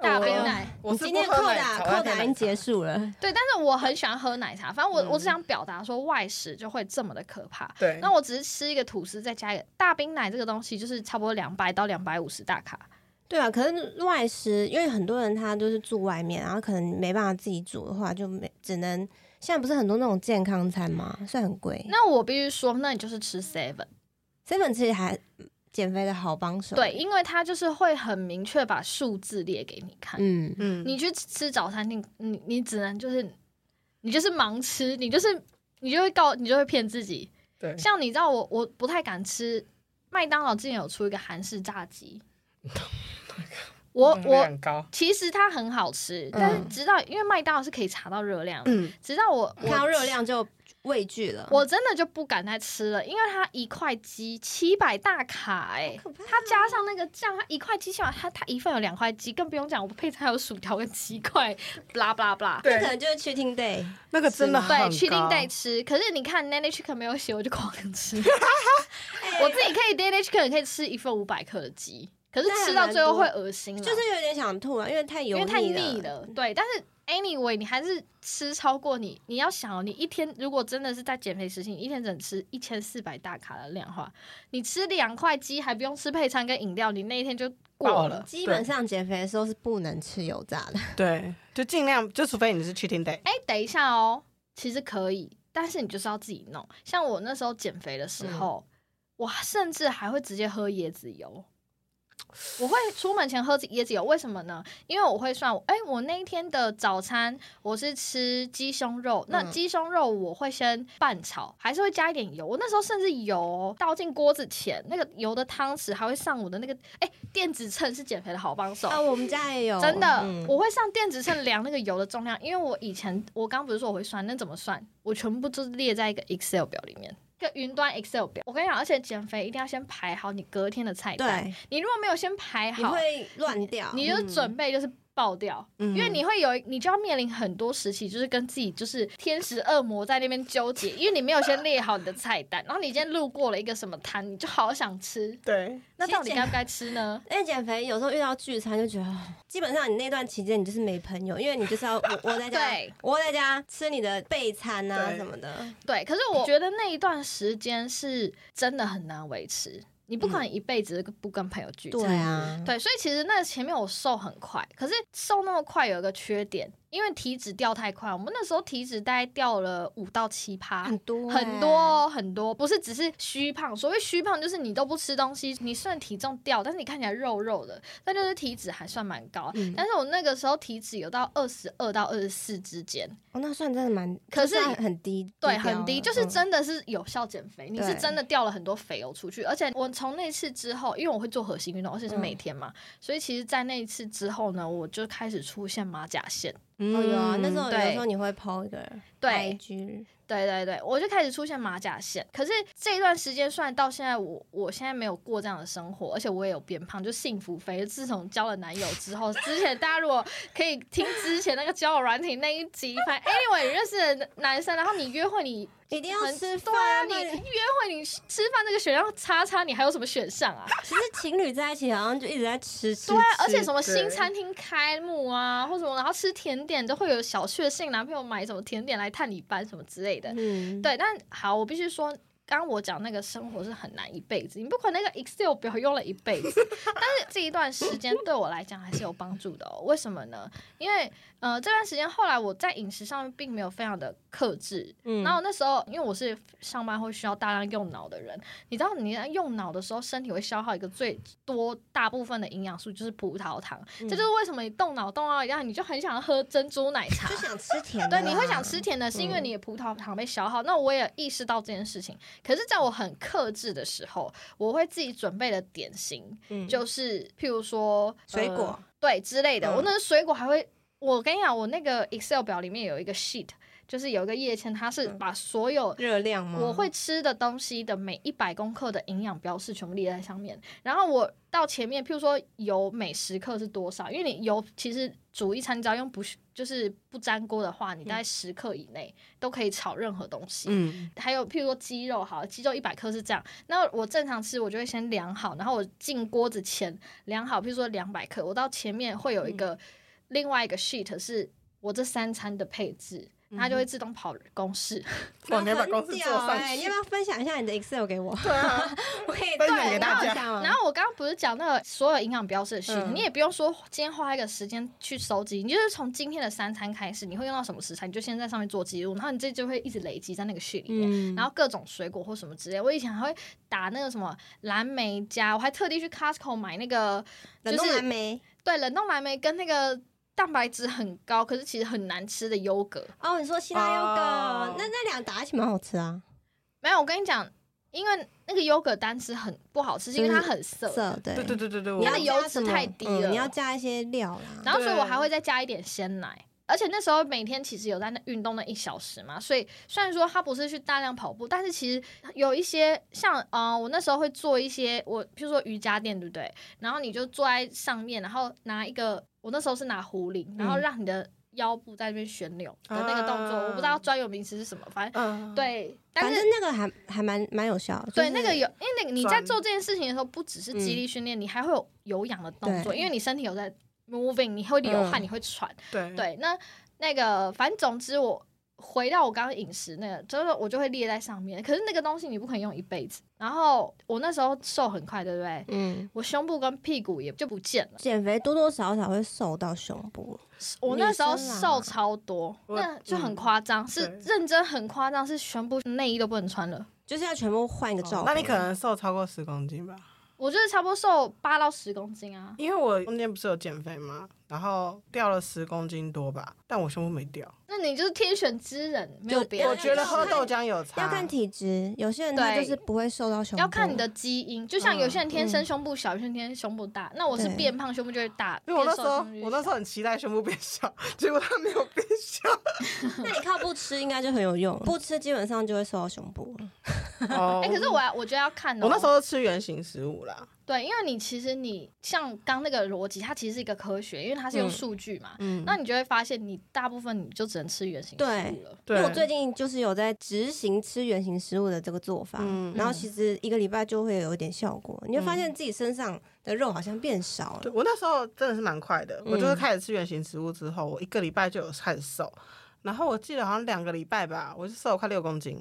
大杯
我
奶。
嗯我是
今
不
天
喝
扣
奶
打
茶我要
扣
喝
打
奶
已经
茶
结束了，
对，但是我很喜欢喝奶茶，反正我、我只
嗯
想表达说外食就会这么的可怕。
对，
那我只是吃一个吐司，再加一个大冰奶，这个东西就是差不多两百到两百五十大卡。
对啊，可是外食，因为很多人他就是住外面，然后可能没办法自己煮的话，就没只能现在不是很多那种健康餐吗？算很贵。
嗯
那我必须说，那你就是吃 seven，
seven 其实还减肥的好帮手。
对，，因为它就是会很明确把数字列给你看。
嗯，
嗯，
你去吃早餐店，你你只能就是你就是盲吃，你就是你就会告你就会骗自己。
对，
像你知道我我不太敢吃麦当劳，之前有出一个韩式
[laughs]
炸鸡，我
热
我
量高，
其实它很好吃，但是直到因为麦当劳是可以查到热量的，
嗯，
直到我
看到
我
热量就畏惧了。
我真的就不敢再吃了，因为它一块鸡七百大卡
哦
哎、它加上那个酱，它一块鸡起码它它一份有两块鸡，更不用讲我配菜还有薯条跟
[laughs]
鸡块，blah blah blah。
那可
对，
能就是 cheating day，
那个真的
对
很高，
确定得吃。可是你看 Nanny Chicken 没有写，我就狂吃。
[laughs]
我自己可以 Nanny Chicken 也可以吃一份五百克的鸡，可是
那还
吃到最后
蛮多
会恶心啦，
就是有点想吐啊，因为太
因
油
为太腻
了。
了。对，但是 anyway，你还是吃超过你，你要想、哦，你一天如果真的是在减肥时期，你一天只能吃一千四百大卡的量的话，你吃两块鸡还不用吃配餐跟饮料，你那一天就过
爆
了
了。
基本上减肥的时候是不能吃油炸的，
对，就尽量，就除非你是 cheating day，
哎、等一下哦，其实可以，但是你就是要自己弄。像我那时候减肥的时候，我甚至还会直接喝椰子油。我会出门前喝椰子油，为什么呢？因为我会算，哎、我那一天的早餐我是吃鸡胸肉，那
嗯
鸡胸肉我会先拌炒，还是会加一点油。我那时候甚至油哦倒进锅子前，那个油的汤匙还会上我的那个，哎、电子秤是减肥的好帮手。
啊，我们家也有，
真的，
嗯
我会上电子秤量那个油的重量，因为我以前我刚不是说我会算，那怎么算？我全部就是列在一个 Excel 表里面，一个云端 Excel 表。我跟你讲，而且减肥一定要先排好你隔天的菜单，
对，
你如果没有先排
你
好，
会乱掉，
你就准备就是爆掉，
嗯
因为你会有一你就要面临很多时期，就是跟自己就是天使恶魔在那边纠结，因为你没有先列好你的菜单，然后你今天路过了一个什么摊，你就好想吃，
对，
那到
其
底
实减
该不该
[laughs]
吃呢？
因为减肥有时候遇到聚餐就觉得，哦基本上你那段期间你就是没朋友，因为你就是要我我在家
对，
我在家吃你的备餐啊
对
什么的，
对，可是我觉得那一段时间是真的很难维持，你不可能一辈子不跟朋友聚
嗯
餐。
对啊，
对，所以其实那前面我瘦很快，可是瘦那么快有一个缺点，因为体脂掉太快。我们那时候体脂大概掉了五到七趴，
很多欸
啊很多哦很多，不是只是虚胖。所谓虚胖，就是你都不吃东西，你虽然体重掉，但是你看起来肉肉的，那就是体脂还算蛮高。
嗯
但是我那个时候体脂有到二十二到二十四之间，
哦，那算真的蛮，
可
就是算很低，
对，
低调
很低，
了
就是
嗯
真的是有效减肥，你是
对
真的掉了很多肥油出去。而且我从那次之后，因为我会做核心运动，而且是
嗯
每天嘛，所以其实，在那一次之后呢，我就开始出现马甲线。
哦有啊，那时候有
嗯对
时候你会抛一个
对
IG，
对对对，我就开始出现马甲线。可是这一段时间，虽然到现在我我现在没有过这样的生活，而且我也有变胖，就幸福肥。自从交了男友之后，之前大家如果可以听之前那个交友软体那一集，反正 anyway 你认识的男生，然后你约会你
一定要
很
吃
对啊，
饭
你
不然
约会你吃饭这个选项叉叉，你还有什么选项啊？
其实情侣在一起好像就一直在吃吃，
对啊，而且什
么
么
对
新餐厅开幕啊，或什么，然后吃甜点都会有小确幸，男朋友买什么甜点来探你班什么之类的。
嗯，
对，但好，我必须说，刚刚我讲那个生活是很难一辈子，你不可能那个 Excel 表用了一辈子。但是这一段时间对我来讲还是有帮助的哦。为什么呢？因为呃，这段时间后来我在饮食上面并没有非常的克制，
嗯
然后那时候因为我是上班会需要大量用脑的人，你知道你在用脑的时候，身体会消耗一个最多大部分的营养素就是葡萄糖，
嗯
这就是为什么你动脑动到一样，你就很想喝珍珠奶茶
就。想吃甜的啊啦，
对，你会想吃甜的，是因
嗯
为你的葡萄糖被消耗。那我也意识到这件事情，可是在我很克制的时候，我会自己准备的点心，
嗯，
就是譬如说
水
呃
果
对之类的。
嗯
我那水果还会，我跟你讲，我那个 Excel 表里面有一个 sheet。就是有一个夜签，它是
嗯
把所有
热量吗？
呃我会吃的东西的每一百公克的营养标示全部列在上面。然后我到前面，譬如说油每十克是多少，因为你油其实煮一餐，你只要用不就是不粘锅的话，你大概十克以内都可以炒任何东西。
嗯，
还有譬如说鸡肉，好了，鸡肉一百克是这样。那我正常吃，我就会先量好，然后我进锅子前量好，譬如说两百克，我到前面会有一个、另外一个 sheet 是我这三餐的配置，它就会自动跑公式。
哇，你要把公司做
很屌
上
欸你要
去
不，要分享一下你的 Excel 给我？
对啊，
[laughs] 我可以
分享
对
给大
我
家
一下吗
然后我刚刚不是讲那个所有营养标示的序，
嗯
你也不用说今天花一个时间去收集，你就是从今天的三餐开始，你会用到什么食材，你就先在上面做记录，然后你这就会一直累积在那个序里面。
嗯
然后各种水果或什么之类，我以前还会打那个什么蓝莓加，我还特地去 Costco 买那个
冷冻
就是
蓝莓
对冷冻蓝莓跟那个蛋白质很高，可是其实很难吃的优格。
哦，你说希腊优
哦
格，那那两打起蛮好吃啊，
没有，我跟你讲，因为那个优格单吃很不好吃，是因为它很涩。
色对
对对对对对，
你
我
要
那个油
加
脂
什么
太低
嗯
了
你要加一些料啦。
然后所以
对
我还会再加一点鲜奶。而且那时候每天其实有在那运动那一小时嘛，所以虽然说他不是去大量跑步，但是其实有一些像呃，我那时候会做一些我，譬如说瑜伽垫，对不对？然后你就坐在上面，然后拿一个，我那时候是拿壶铃，然后
嗯
让你的腰部在那边旋钮的那个动作，
啊
我不知道专有名词是什么，反正
嗯，
对，但
反
是
正那个还还蛮蛮有效的，
对，
就是嗯
那个有，因为那个你在
转
做这件事情的时候，不只是肌力训练，你还会有有氧的动作，
对
因为你身体有在 moving，你会流汗，
嗯
你会喘。
对
对，那那个反正总之我。回到我刚刚饮食那个，就是我就会列在上面。可是那个东西你不可能用一辈子。然后我那时候瘦很快，对不对？
嗯，
我胸部跟屁股也就不见了。
减肥多多少少会瘦到胸部，
我
女
那时候
生啊
瘦超多，
我
那就很
嗯
夸张，是
对
认真很夸张，是全部内衣都不能穿了。
就是要全部换一个照
哦
片。
那你可能瘦超过十公斤吧？
我就是差不多瘦八到十公斤啊。
因为我中间不是有减肥吗？然后掉了十公斤多吧，但我胸部没掉。
那你就是天选之人，没
就
有别人。
我觉得喝豆
浆
浆有差，
要看体质，有些人他
对
就是不会瘦到胸部，
要看你的基因，就像
嗯
有些人天生
嗯
胸部小，有些人天生胸部大。那我是
对
变胖，胸部就会大；
因为我那
变
时
瘦
候
胸部就
我那时候很期待胸部变小，结果它没有变小。
那你靠不吃应该就很有用，不吃基本上就会瘦到胸部。
哦
哎、可是我要我觉得要看、哦。
我那时候吃原型食物啦，
对，因为你其实你像刚那个逻辑，它其实是一个科学，因为它是用
嗯
数据嘛。
嗯，
那你就会发现，你大部分你就只能吃原形食物了。
因
对
为我最近就是有在执行吃原形食物的这个做法，
嗯
然后其实一个礼拜就会有一点效果，你会发现自己身上的肉好像变少
对
了。
我那时候真的是蛮快的，
嗯
我就是开始吃原型食物之后，我一个礼拜就有开始瘦，然后我记得好像两个礼拜吧，我就瘦了快六公斤，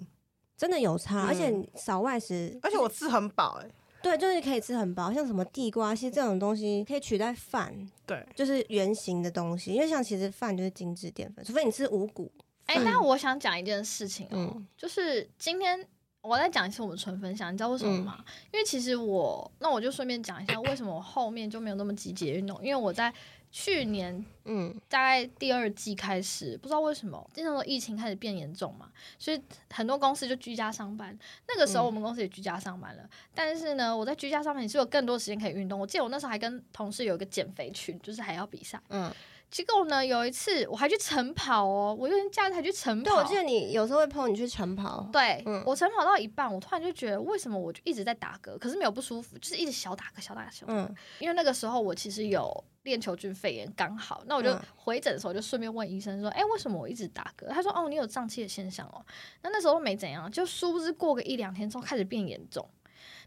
真的有差，
嗯
而且你少外食，
而且我吃很饱哎、
对，就是可以吃很饱，像什么地瓜，其实这种东西可以取代饭，
对，
就是圆形的东西，因为像其实饭就是精致淀粉，除非你吃五谷，
哎、
嗯
但我想讲一件事情哦，
嗯
就是今天我再讲一次我们纯分享，你知道为什么
嗯
吗？因为其实我，那我就顺便讲一下为什么我后面就没有那么积极地运动，因为我在去年
嗯，
大概第二季开始，不知道为什么，那时候疫情开始变严重嘛，所以很多公司就居家上班。那个时候我们公司也居家上班了，但是呢，我在居家上班也是有更多时间可以运动。我记得我那时候还跟同事有一个减肥群，就是还要比赛。
嗯，
结果呢，有一次我还去晨跑哦，我有点假日还去晨跑。
对，我记得你有时候会碰你去晨跑，
对、
嗯
我晨跑到一半，我突然就觉得为什么我就一直在打嗝，可是没有不舒服，就是一直小打嗝、小打嗝、小打嗝。
嗯，
因为那个时候我其实有链球菌肺炎刚好，那我就
嗯
回诊的时候就顺便问医生说，哎、为什么我一直打嗝？他说，哦，你有胀气的现象哦。那那时候没怎样，就殊不知过个一两天之后开始变严重。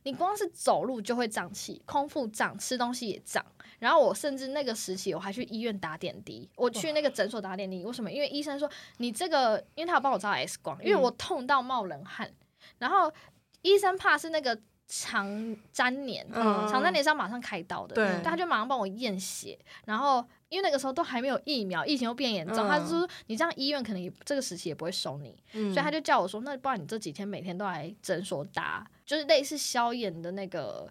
你光是走路就会胀气，空腹胀，吃东西也胀。然后我甚至那个时期我还去医院打点滴，我去那个诊所打点滴。为什么？因为医生说你这个，因为他有帮我照 X 光，因为我痛到冒冷汗。然后医生怕是那个肠粘连，
嗯
肠粘连是要马上开刀的，
对
但他就马上帮我验血，然后。因为那个时候都还没有疫苗，疫情又变严重，
嗯
他就说你这样医院可能也这个时期也不会收你，
嗯
所以他就叫我说，那不然你这几天每天都来诊所打，就是类似消炎的那个，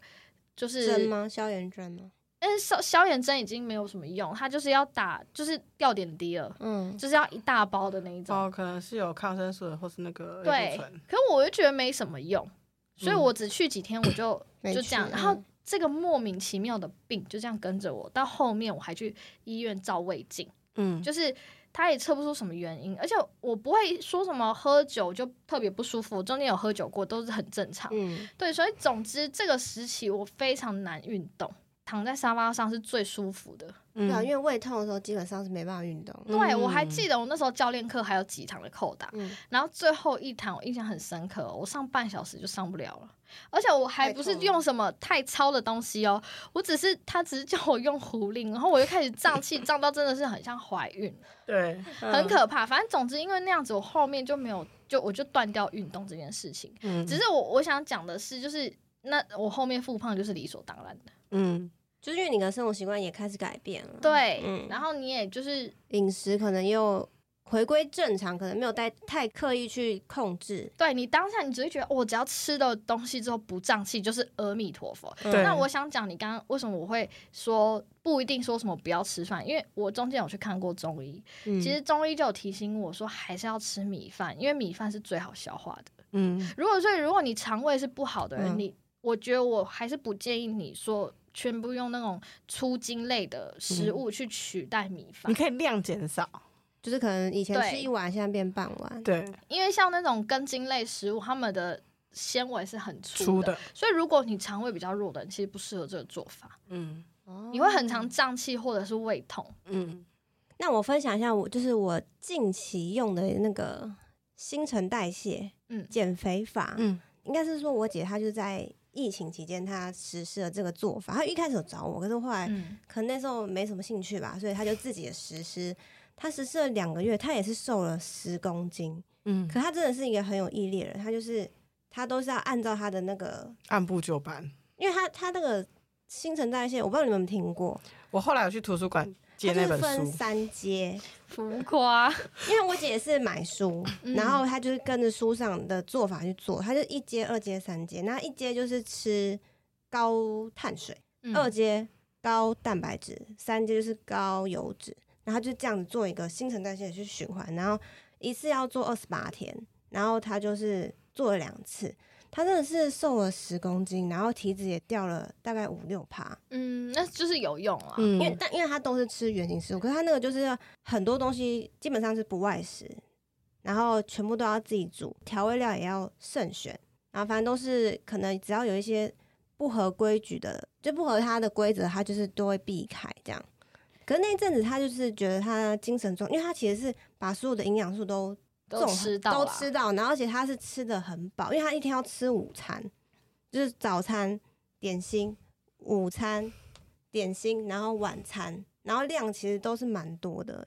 就是
针吗？消炎针吗？
但是消消炎针已经没有什么用，它就是要打，就是吊点滴了，
嗯，
就是要一大包的那一种。
哦，可能是有抗生素的或是那个类固
对
醇，，
可我就觉得没什么用，所以
嗯
我只去几天我就、
没
就这样，
去
然后
嗯。
这个莫名其妙的病就这样跟着我，到后面我还去医院照胃镜，
嗯，
就是他也测不出什么原因，而且我不会说什么喝酒就特别不舒服，我中间有喝酒过都是很正常。
嗯，
对，所以总之这个时期我非常难运动，躺在沙发上是最舒服的。
对啊，
嗯
因为胃痛的时候基本上是没办法运动。
对我还记得我那时候教练课还有几堂的扣打，
嗯，
然后最后一堂我印象很深刻哦、我上半小时就上不了了，而且我还不是用什么太糙的东西哦，我只是他只是叫我用壶铃，然后我就开始胀气，胀到真的是很像怀孕，
对，
嗯
很可怕。反正总之因为那样子，我后面就没有就我就断掉运动这件事情。
嗯
只是我我想讲的是，就是那我后面复胖就是理所当然的，
嗯
就是因为你的生活习惯也开始改变了，，
对。
嗯
然后你也就是
饮食可能又回归正常，可能没有太太刻意去控制。
对你当下你只会觉得，哦我只要吃了东西之后不胀气，就是阿弥陀佛。
嗯
对
那我想讲，你刚刚为什么我会说不一定说什么不要吃饭？因为我中间有去看过中医，
嗯
其实中医就有提醒我说，还是要吃米饭，因为米饭是最好消化的。
嗯
如果所以如果你肠胃是不好的人，
嗯
你我觉得我还是不建议你说全部用那种粗精类的食物去取代米饭
你，可以量减少，
就是可能以前
对
吃一碗，现在变半碗。
对，
因为像那种根茎类食物，它们的纤维是很粗
粗
的，
的，
所以如果你肠胃比较弱的人，其实不适合这个做法，
嗯
哦
你会很常胀气或者是胃痛。
嗯，
那我分享一下我就是我近期用的那个新陈代谢，
嗯
减肥法，
嗯，
应该是说我姐她就在疫情期间她实施了这个做法，她一开始有找我，可是后来
嗯，
可能那时候没什么兴趣吧，所以她就自己也实施。她实施了两个月，她也是瘦了十公斤，
嗯，
可她真的是一个很有毅力的人，她就是她都是要按照她的那个，
按部就班。
因为她她那个新陈代谢，我不知道你们有没有听过，
我后来有去图书馆借
它
那
就
本
是分
书，
三阶，
浮夸。
因为我姐也是买书，
嗯
然后她就是跟着书上的做法去做，她就一阶、二阶、三阶，那一阶就是吃高碳水，
嗯
二阶高蛋白质，三阶就是高油脂，然后她就这样子做一个新陈代谢去循环，然后一次要做二十八天，然后她就是做了两次，她真的是瘦了十公斤，然后体脂也掉了大概五六趴，
嗯，那就是有用啊。
嗯
因为但因为他都是吃原形食物，可是他那个就是很多东西基本上是不外食，然后全部都要自己煮，调味料也要慎选，然后反正都是可能只要有一些不合规矩的，就不合他的规则，他就是都会避开这样。可是那一阵子，他就是觉得他精神状，因为他其实是把所有的营养素都
都
综合
吃到啊
都
啦
吃到，然后而且他是吃的很饱，因为他一天要吃午餐，就是早餐、点心、午餐、点心，然后晚餐，然后量其实都是蛮多的。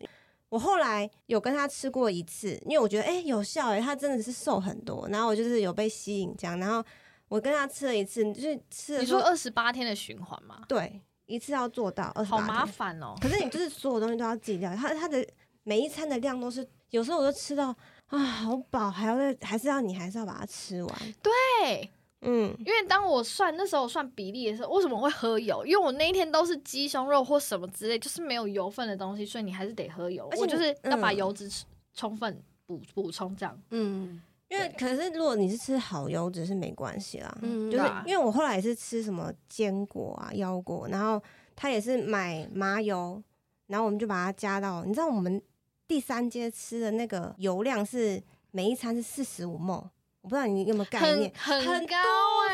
我后来有跟他吃过一次，因为我觉得哎、诶有效哎、他真的是瘦很多，然后我就是有被吸引这样，然后我跟他吃了一次，就是吃了
你说二十八天的循环吗？
对一次要做到二十
好
八，
麻烦哦。
可是你就是所有东西都要计量，它它的每一餐的量都是，有时候我都吃到啊好饱，还要再还是要你还是要把它吃完。
对，
嗯，
因为当我算那时候我算比例的时候，为什么会喝油？因为我那一天都是鸡胸肉或什么之类，就是没有油分的东西，所以你还是得喝油。
而且
我
你
就是要把
嗯
油脂吃充分补补充这样。
嗯
因为可是如果你是吃好油脂是没关系啦，
嗯
就是
对啊
因为我后来也是吃什么坚果啊、腰果，然后他也是买麻油，然后我们就把它加到，你知道我们第三阶吃的那个油量是每一餐是四十五沫，我不知道你有没有概
很
念，
很
很
高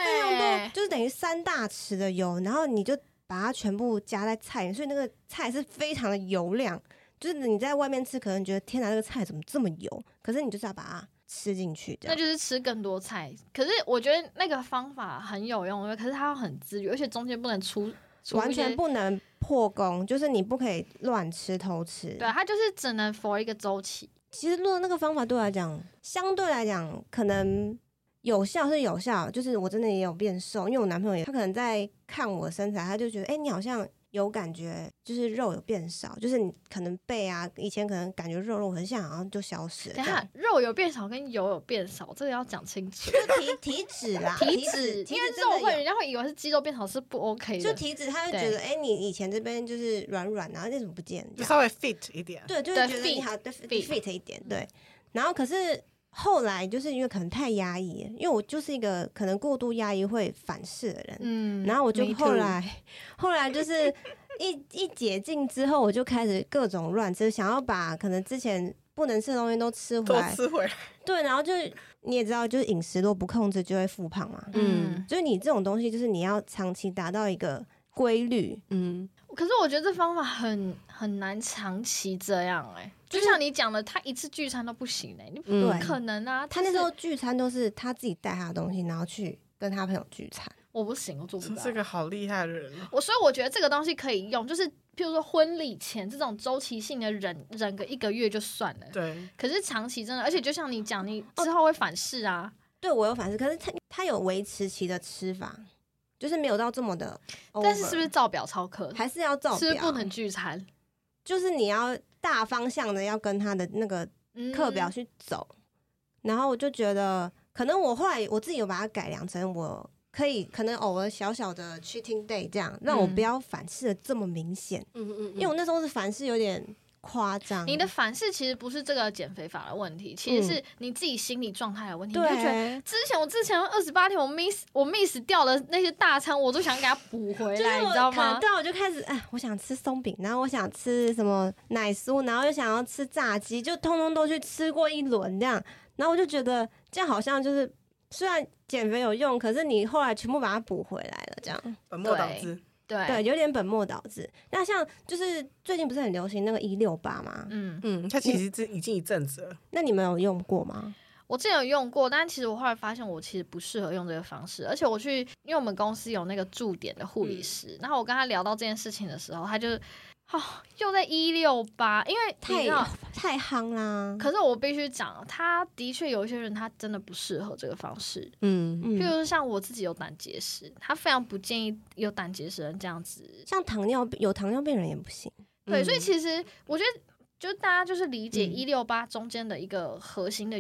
非常
哎、
多，就是等于三大匙的油，然后你就把它全部加在菜里，所以那个菜是非常的油量。就是你在外面吃，可能觉得天哪，这个菜怎么这么油？可是你就是要把它吃进去，这
那
样。
就是吃更多菜。可是我觉得那个方法很有用，因为可是它要很自律，而且中间不能出出
完
一些
全不能破功，就是你不可以乱吃偷吃。
对，啊它就是只能 for 一个周期。
其实论那个方法对我来讲，相对来讲可能有效是有效，就是我真的也有变瘦，因为我男朋友也他可能在看我的身材，他就觉得哎、诶你好像有感觉，就是肉有变少，就是你可能背啊，以前可能感觉肉肉，可是现在好像就消失了
等
这
一
样
下。肉有变少跟油有变少，这个要讲清楚。
就体体脂啦，
[laughs] 体
脂，[laughs]
脂，
体
因为
脂真的
肉会
有
人家会以为是肌肉变少是不 OK
就
的。
体脂，他会
对
觉得哎、诶你以前这边就是软软啊，那怎么不见？这
就
样
稍微 fit 一点，
对，就
对
是觉得你
fit，
好对 fit
fit
fit 一点，对。然后可是后来就是因为可能太压抑了，因为我就是一个可能过度压抑会反噬的人，
嗯
然后我就
me
后
too
来后来就是一一解禁之后，我就开始各种乱吃，想要把可能之前不能吃的东西都吃回
多
来。
吃回来。
对，然后就是你也知道，就是饮食若不控制就会复胖嘛。
嗯
就是你这种东西，就是你要长期达到一个规律。
嗯，
可是我觉得这方法很很难长期这样哎、就像你讲的，他一次聚餐都不行哎、你不
嗯
对
可能啊。
他
就
那
是
时候聚餐都是他自己带他的东西，然后去跟他朋友聚餐。
我不行，我做不到。
这个好厉害的人哦，
我所以我觉得这个东西可以用，就是譬如说婚礼前这种周期性的忍忍个一个月就算了。
对，
可是长期真的，而且就像你讲，你
哦
之后会反噬啊。
对我有反思，可是他他有维持期的吃法，就是没有到这么的 over。
但是是不是照表超课？
还是要照
是
表？
不能聚餐，
就是你要大方向的要跟他的那个
嗯
课表去走。然后我就觉得，可能我后来我自己有把它改良成我。可以，可能偶尔小小的去听 day 这样，让我
嗯
不要反噬的这么明显，
嗯嗯
因为我那时候是反噬有点夸张。
你的反噬其实不是这个减肥法的问题，其实是你自己心理状态的问题。你就觉得
嗯对，
之前我之前二十八天我 miss 我 miss 掉的那些大餐，我都想给它补回
[laughs] 就是
来，
我
你知道
可能
吗？
对啊，我就开始哎，我想吃松饼，然后我想吃什么奶酥，然后又想要吃炸鸡，就通通都去吃过一轮这样。然后我就觉得这样好像就是虽然减肥有用，可是你后来全部把它补回来了，这样
本末倒置。
对
对，有点本末倒置。那像就是最近不是很流行那个一六八吗？
嗯，
嗯，他其实这已经一阵子了。
那你们有用过吗？
我之前有用过，但其实我后来发现我其实不适合用这个方式，而且我去，因为我们公司有那个驻点的护理师，然后我跟他聊到这件事情的时候，他就哦又在一六八，因为你
太
知道
太夯啦！
可是我必须讲，他的确有一些人他真的不适合这个方式，
嗯
譬如
嗯，
说像我自己有胆结石，他非常不建议有胆结石的人这样子。
像糖尿病有糖尿病人也不行。
对，
嗯
所以其实我觉得，就大家就是理解
嗯
一六八中间的一个核心的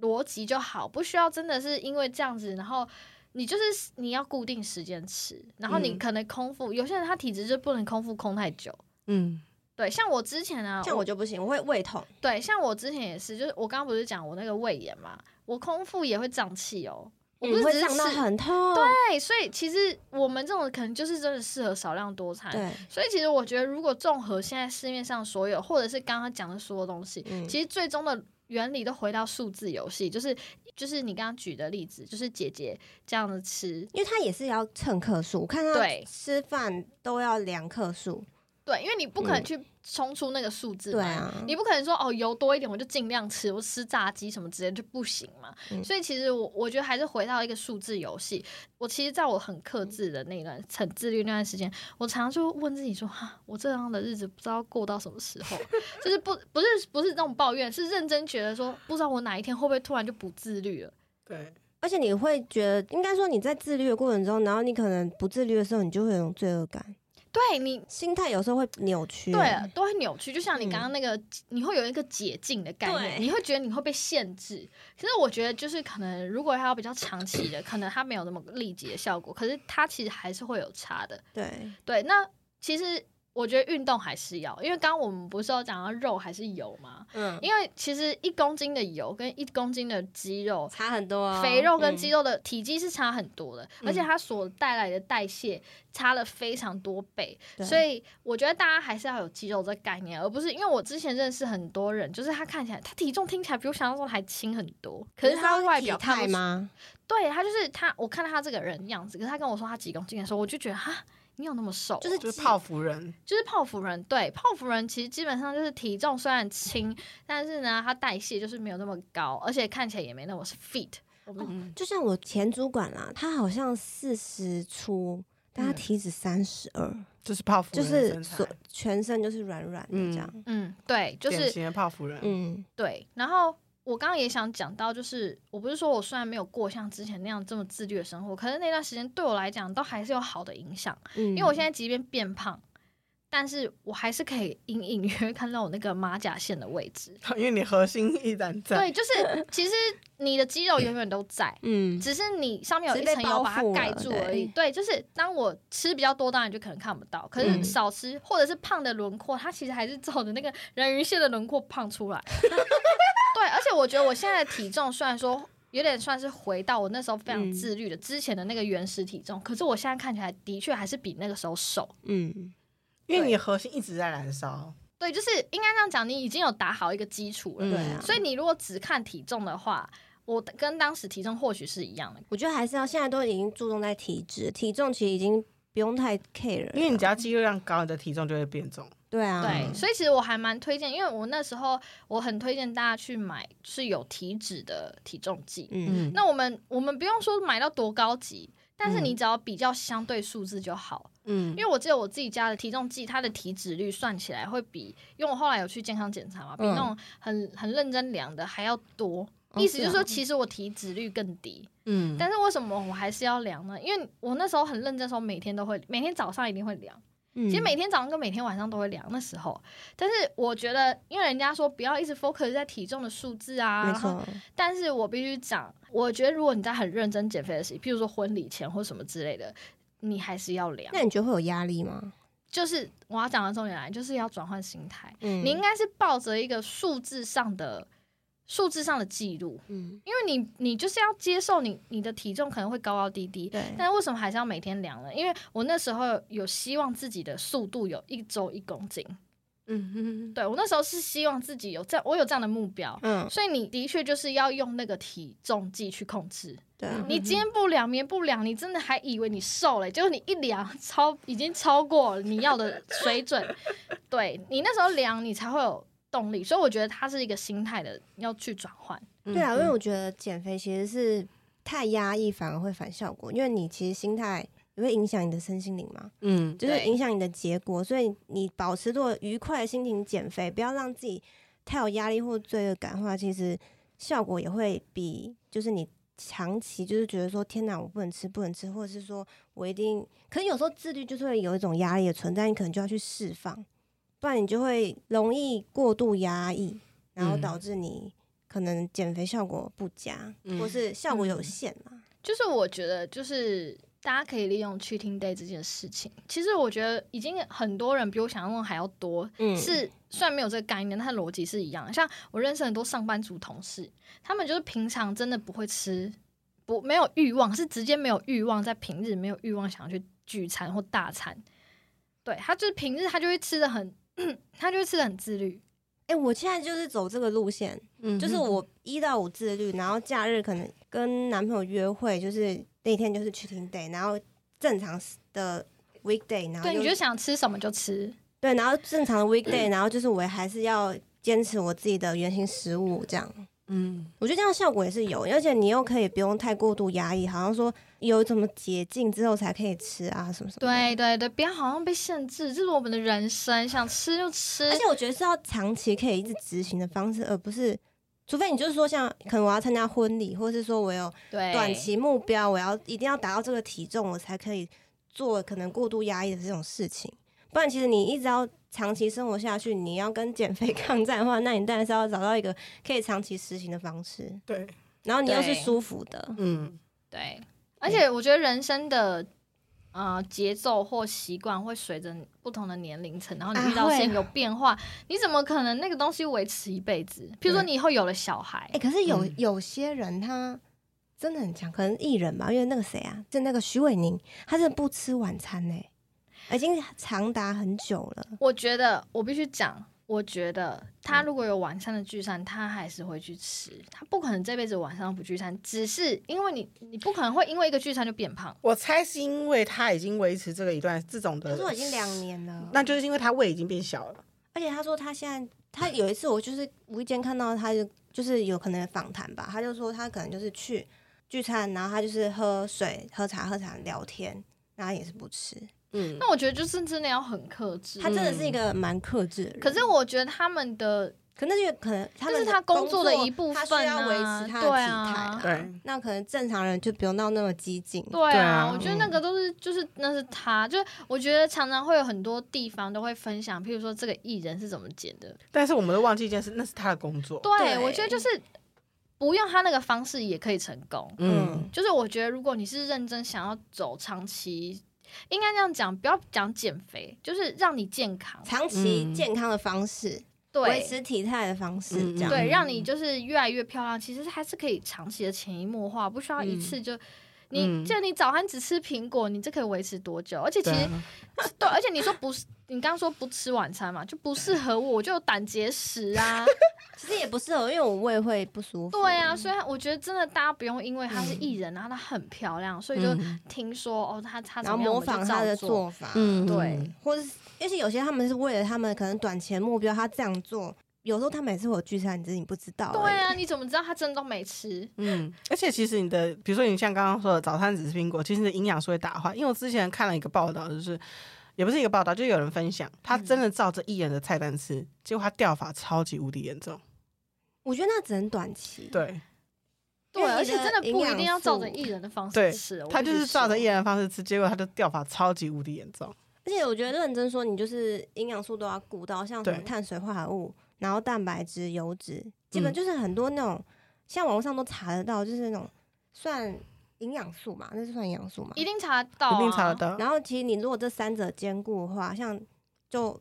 逻辑就好，不需要真的是因为这样子，然后。你就是你要固定时间吃，然后你
嗯
可能空腹，有些人他体质就不能空腹空太久。
嗯
对，像我之前啊，
像我就不行，我会胃痛。
对，像我之前也是，就是我刚刚不是讲我那个胃炎嘛，我空腹也会胀气哦，我不
嗯
是
会
只是
胀到
吃
很痛，
对，所以其实我们这种可能就是真的适合少量多餐。
对，
所以其实我觉得，如果综合现在市面上所有，或者是刚刚讲的所有东西，
嗯
其实最终的原理都回到数字游戏，就是就是你刚刚举的例子，就是姐姐这样子吃，
因为他也是要称克数，我看他
对
吃饭都要量克数，
对，因为你不可能
嗯
去冲出那个数字
对
嘛。
啊，
你不可能说哦油多一点我就尽量吃，我吃炸鸡什么之类的就不行嘛。
嗯
所以其实我我觉得还是回到一个数字游戏。我其实在我很克制的那段很自律那段时间，我常常就问自己说哈，我这样的日子不知道过到什么时候，啊就是不不是不是那种抱怨，是认真觉得说不知道我哪一天会不会突然就不自律了。
对，
而且你会觉得，应该说你在自律的过程中，然后你可能不自律的时候，你就会有种罪恶感，
对你。
心态有时候会扭曲，
对，啊都会扭曲，就像你
嗯
刚刚那个，你会有一个解禁的概念，
对
你会觉得你会被限制。其实我觉得，就是可能如果它要比较长期的，可能它没有那么立即的效果，可是它其实还是会有差的。
对，
对，那其实我觉得运动还是要，因为刚刚我们不是有讲到肉还是油吗？
嗯，
因为其实一公斤的油跟一公斤的肌肉。
差很多哦，
肥肉跟肌
肉，
肉的体积是差很多的，而且它所带来的代谢差了非常多倍，
对
所以我觉得大家还是要有肌肉这个概念，而不是因为我之前认识很多人，就是他看起来他体重听起来比我想象中的还轻很多，可是
你
他
知道
外
体
表看不
态
出
吗？
对他就是他，我看到他这个人样子，可是他跟我说他几公斤的时候，我就觉得哈，你有那么瘦哦、
就是
就是泡芙人。
就是泡芙人，对泡芙人其实基本上就是体重虽然轻，但是呢，他代谢就是没有那么高，而且看起来也没那么 fit。我们、
嗯，
就像我前主管啦，他好像四十出，但他
嗯
体脂三十二，
就是泡芙
就
人的身
是
材，
所全身就是软软的这样，
嗯，对，就
典
是
型的泡芙人。
嗯，
对。然后我刚刚也想讲到，就是我不是说我虽然没有过像之前那样这么自律的生活，可是那段时间对我来讲都还是有好的影响，
因
因为我现在即便变胖。但是我还是可以隐隐约约看到我那个马甲线的位置，
因为你核心依然在，
对，就是其实你的肌肉永远都在，
嗯，
只是你上面有
只是
一
被
层油
包
把它
覆
盖
了
住而已。对，就是当我吃比较多，当然就可能看不到。可是
嗯
少吃、或者是胖的轮廓，它其实还是照着那个人鱼线的轮廓胖出来。 [laughs] 对，而且我觉得我现在的体重虽然说。有点算是回到我那时候非常
嗯
自律的、之前的那个原始体重，可是我现在看起来的确还是比那个时候瘦。
嗯，
因为你核心一直在燃烧。
对，就是应该这样讲，你已经有打好一个基础了。
对啊，
所以你如果只看体重的话，我跟当时体重或许是一样的。
我觉得还是要现在都已经注重在体脂，体重其实已经不用太 care 了。
因为你只要肌肉量高，你的体重就会变重。
对啊，
对，所以其实我还蛮推荐，因为我那时候我很推荐大家去买是有体脂的体重计。
嗯，
那我们我们不用说买到多高级，但是你只要比较相对数字就好。
嗯
因为我记得我自己家的体重计，它的体脂率算起来会比，因为我后来有去健康检查嘛，比
嗯
那种很很认真量的还要多。
哦
意思就是
是啊
说，其实我体脂率更低，
嗯，
但是为什么我还是要量呢？因为我那时候很认真的时候，每天都会，每天早上一定会量。
其
其实每天早上跟每天晚上都会量那时候，但是我觉得，因为人家说不要一直 focus 在体重的数字啊，
没
然后
错，
但是我必须讲，我觉得如果你在很认真减肥的时候，譬如说婚礼前或什么之类的，你还是要量。
那你觉得会有压力吗？
就是我要讲的重点来，就是要转换心态。
嗯
你应该是抱着一个数字上的数字上的记录，
嗯，
因为你你就是要接受你你的体重可能会高高低低。
对，
但为什么还是要每天量呢？因为我那时候有希望自己的速度有一周一公斤，
嗯
对我那时候是希望自己有这样，我有这样的目标，
嗯，
所以你的确就是要用那个体重计去控制。
对啊，
你今天不量，明天不量，你真的还以为你瘦了、结果你一量超已经超过了你要的水准，对你那时候量你才会有动力，所以我觉得它是一个心态的要去转换，
嗯
对啊，因为
嗯
我觉得减肥其实是太压抑，反而会反效果，因为你其实心态也会影响你的身心灵嘛，
嗯
就是
对
影响你的结果，所以你保持着愉快的心情减肥，不要让自己太有压力或罪恶感的话，其实效果也会比就是你。长期就是觉得说天哪，我不能吃，不能吃，或者是说我一定，可能有时候自律就是会有一种压力的存在，你可能就要去释放，不然你就会容易过度压抑，然后
嗯
导致你可能减肥效果不佳，
嗯
或是效果有限嘛。
就是我觉得就是。大家可以利用 cheating day 这件事情，其实我觉得已经很多人比我想象中还要多
嗯
是虽然没有这个概念，但它逻辑是一样的。像我认识很多上班族同事，他们就是平常真的不会吃，不没有欲望，是直接没有欲望，在平日没有欲望想要去聚餐或大餐。对他就是平日他就会吃的很， [clears throat] 他就会吃的很自律。
哎、我现在就是走这个路线，
嗯
就是我一到五自律，然后假日可能跟男朋友约会，就是那天就是去听 day，然后正常的 weekday，然后
对，你嗯
又
就想吃什么就吃。
对，然后正常的 weekday，然后就是我还是要坚持我自己的原型食物这样。
嗯
我觉得这样效果也是有，而且你又可以不用太过度压抑，好像说有什么捷径之后才可以吃啊什么什么的。
对对对，不要好像被限制，这是我们的人生，想吃就吃
而。且我觉得是要长期可以一直执行的方式，而不是，除非你就是说像可能我要参加婚礼，或是说我有
对，
短期目标，我要一定要达到这个体重，我才可以做可能过度压抑的这种事情。不然，其实你一直要长期生活下去，你要跟减肥 [laughs] 抗战的话，那你当然是要找到一个可以长期实行的方式，
对
然后你要是
对
舒服的，
嗯
对，而且我觉得人生的呃节奏或习惯会随着不同的年龄层，然后
啊
你遇到
会
事情
啊
有变化，你怎么可能那个东西维持一辈子？譬如说
对
你以后有了小孩
哎、，可是有、
嗯
有些人他真的很强，可能艺人吧，因为那个谁啊，就那个徐伟宁，他是不吃晚餐呢、已经长达很久了。
我觉得我必须讲。我觉得
嗯
他如果有晚上的聚餐，他还是会去吃，他不可能这辈子晚上不聚餐，只是因为你，你不可能会因为一个聚餐就变胖。
我猜是因为他已经维持这个一段这种
他
的，
说已经两年
呃
了，
那就是因为他胃已经变小了。
而且他说他现在，他有一次我就是无意间看到他就就是有可能访谈吧，他就说他可能就是去聚餐，然后他就是喝水、喝茶、喝茶聊天，然后他也是不吃。
嗯
那我觉得就是真的要很克制。
他真的是一个蛮克制的人，
嗯可是我觉得他们的
可能就可能他
这
们
是他工作的一部
他需
分
要维
啊
持他的体态
对啊
啊
对
那可能正常人就不用到那么激进。
对
对
啊
啊，
我觉得那个都是就是那是他，就是我觉得常常会有很多地方都会分享，譬如说这个艺人是怎么剪的，
但是我们都忘记一件事，那是他的工作。
对我觉得就是不用他那个方式也可以成功。
嗯
就是我觉得如果你是认真想要走长期，应该这样讲，不要讲减肥，就是让你健康，
长期
嗯
健康的方式，维
对
持体态的方式，
嗯
这样
对，让你就是越来越漂亮，其实还是可以长期的潜移默化，不需要一次就。你
嗯
就你早餐只吃苹果，你这可以维持多久？而且嗯其
对
实
啊
对，而且你说不是，你刚说不吃晚餐嘛，就不适合我，我就有胆结石啊。
其实也不适合，因为我胃会不舒服。
对
[laughs]
啊，所以我觉得真的大家不用因为她是艺人，然后她很漂亮，所以就
嗯
听说哦，她她怎
然后
么样，
模
我们就
仿他的
照做。
做法，
嗯
对，
或者是而且有些他们是为了他们可能短期的目标，他这样做，有时候他每次有聚餐，你自己不知道。
对，啊，你怎么知道她真的都没吃？
嗯，而且其实你的，比如说你像刚刚说的早餐只吃苹果，其实你的营养素会打坏。因为我之前看了一个报道，就是也不是一个报道，就有人分享，
嗯
他真的照着艺人的菜单吃，结果他掉发超级无敌严重。
嗯
我觉得那只能短期。，
对
对，
因为你
而且
的
真的不一定要照着
营养素
艺人的方
对
式吃，
他就是照着艺
艺。
人的方式吃，结果他就掉发超级无敌严重。
而且我觉得认真说，你就是营养素都要顾到，像什
对
么碳水化合物，然后蛋白质、油脂，基
嗯
本就是很多那种，像网络上都查得到，就是那种算营养素嘛，那是算营养素嘛。
一定查得到、啊，
一定查得到。
然后其实你如果这三者兼顾的话，像就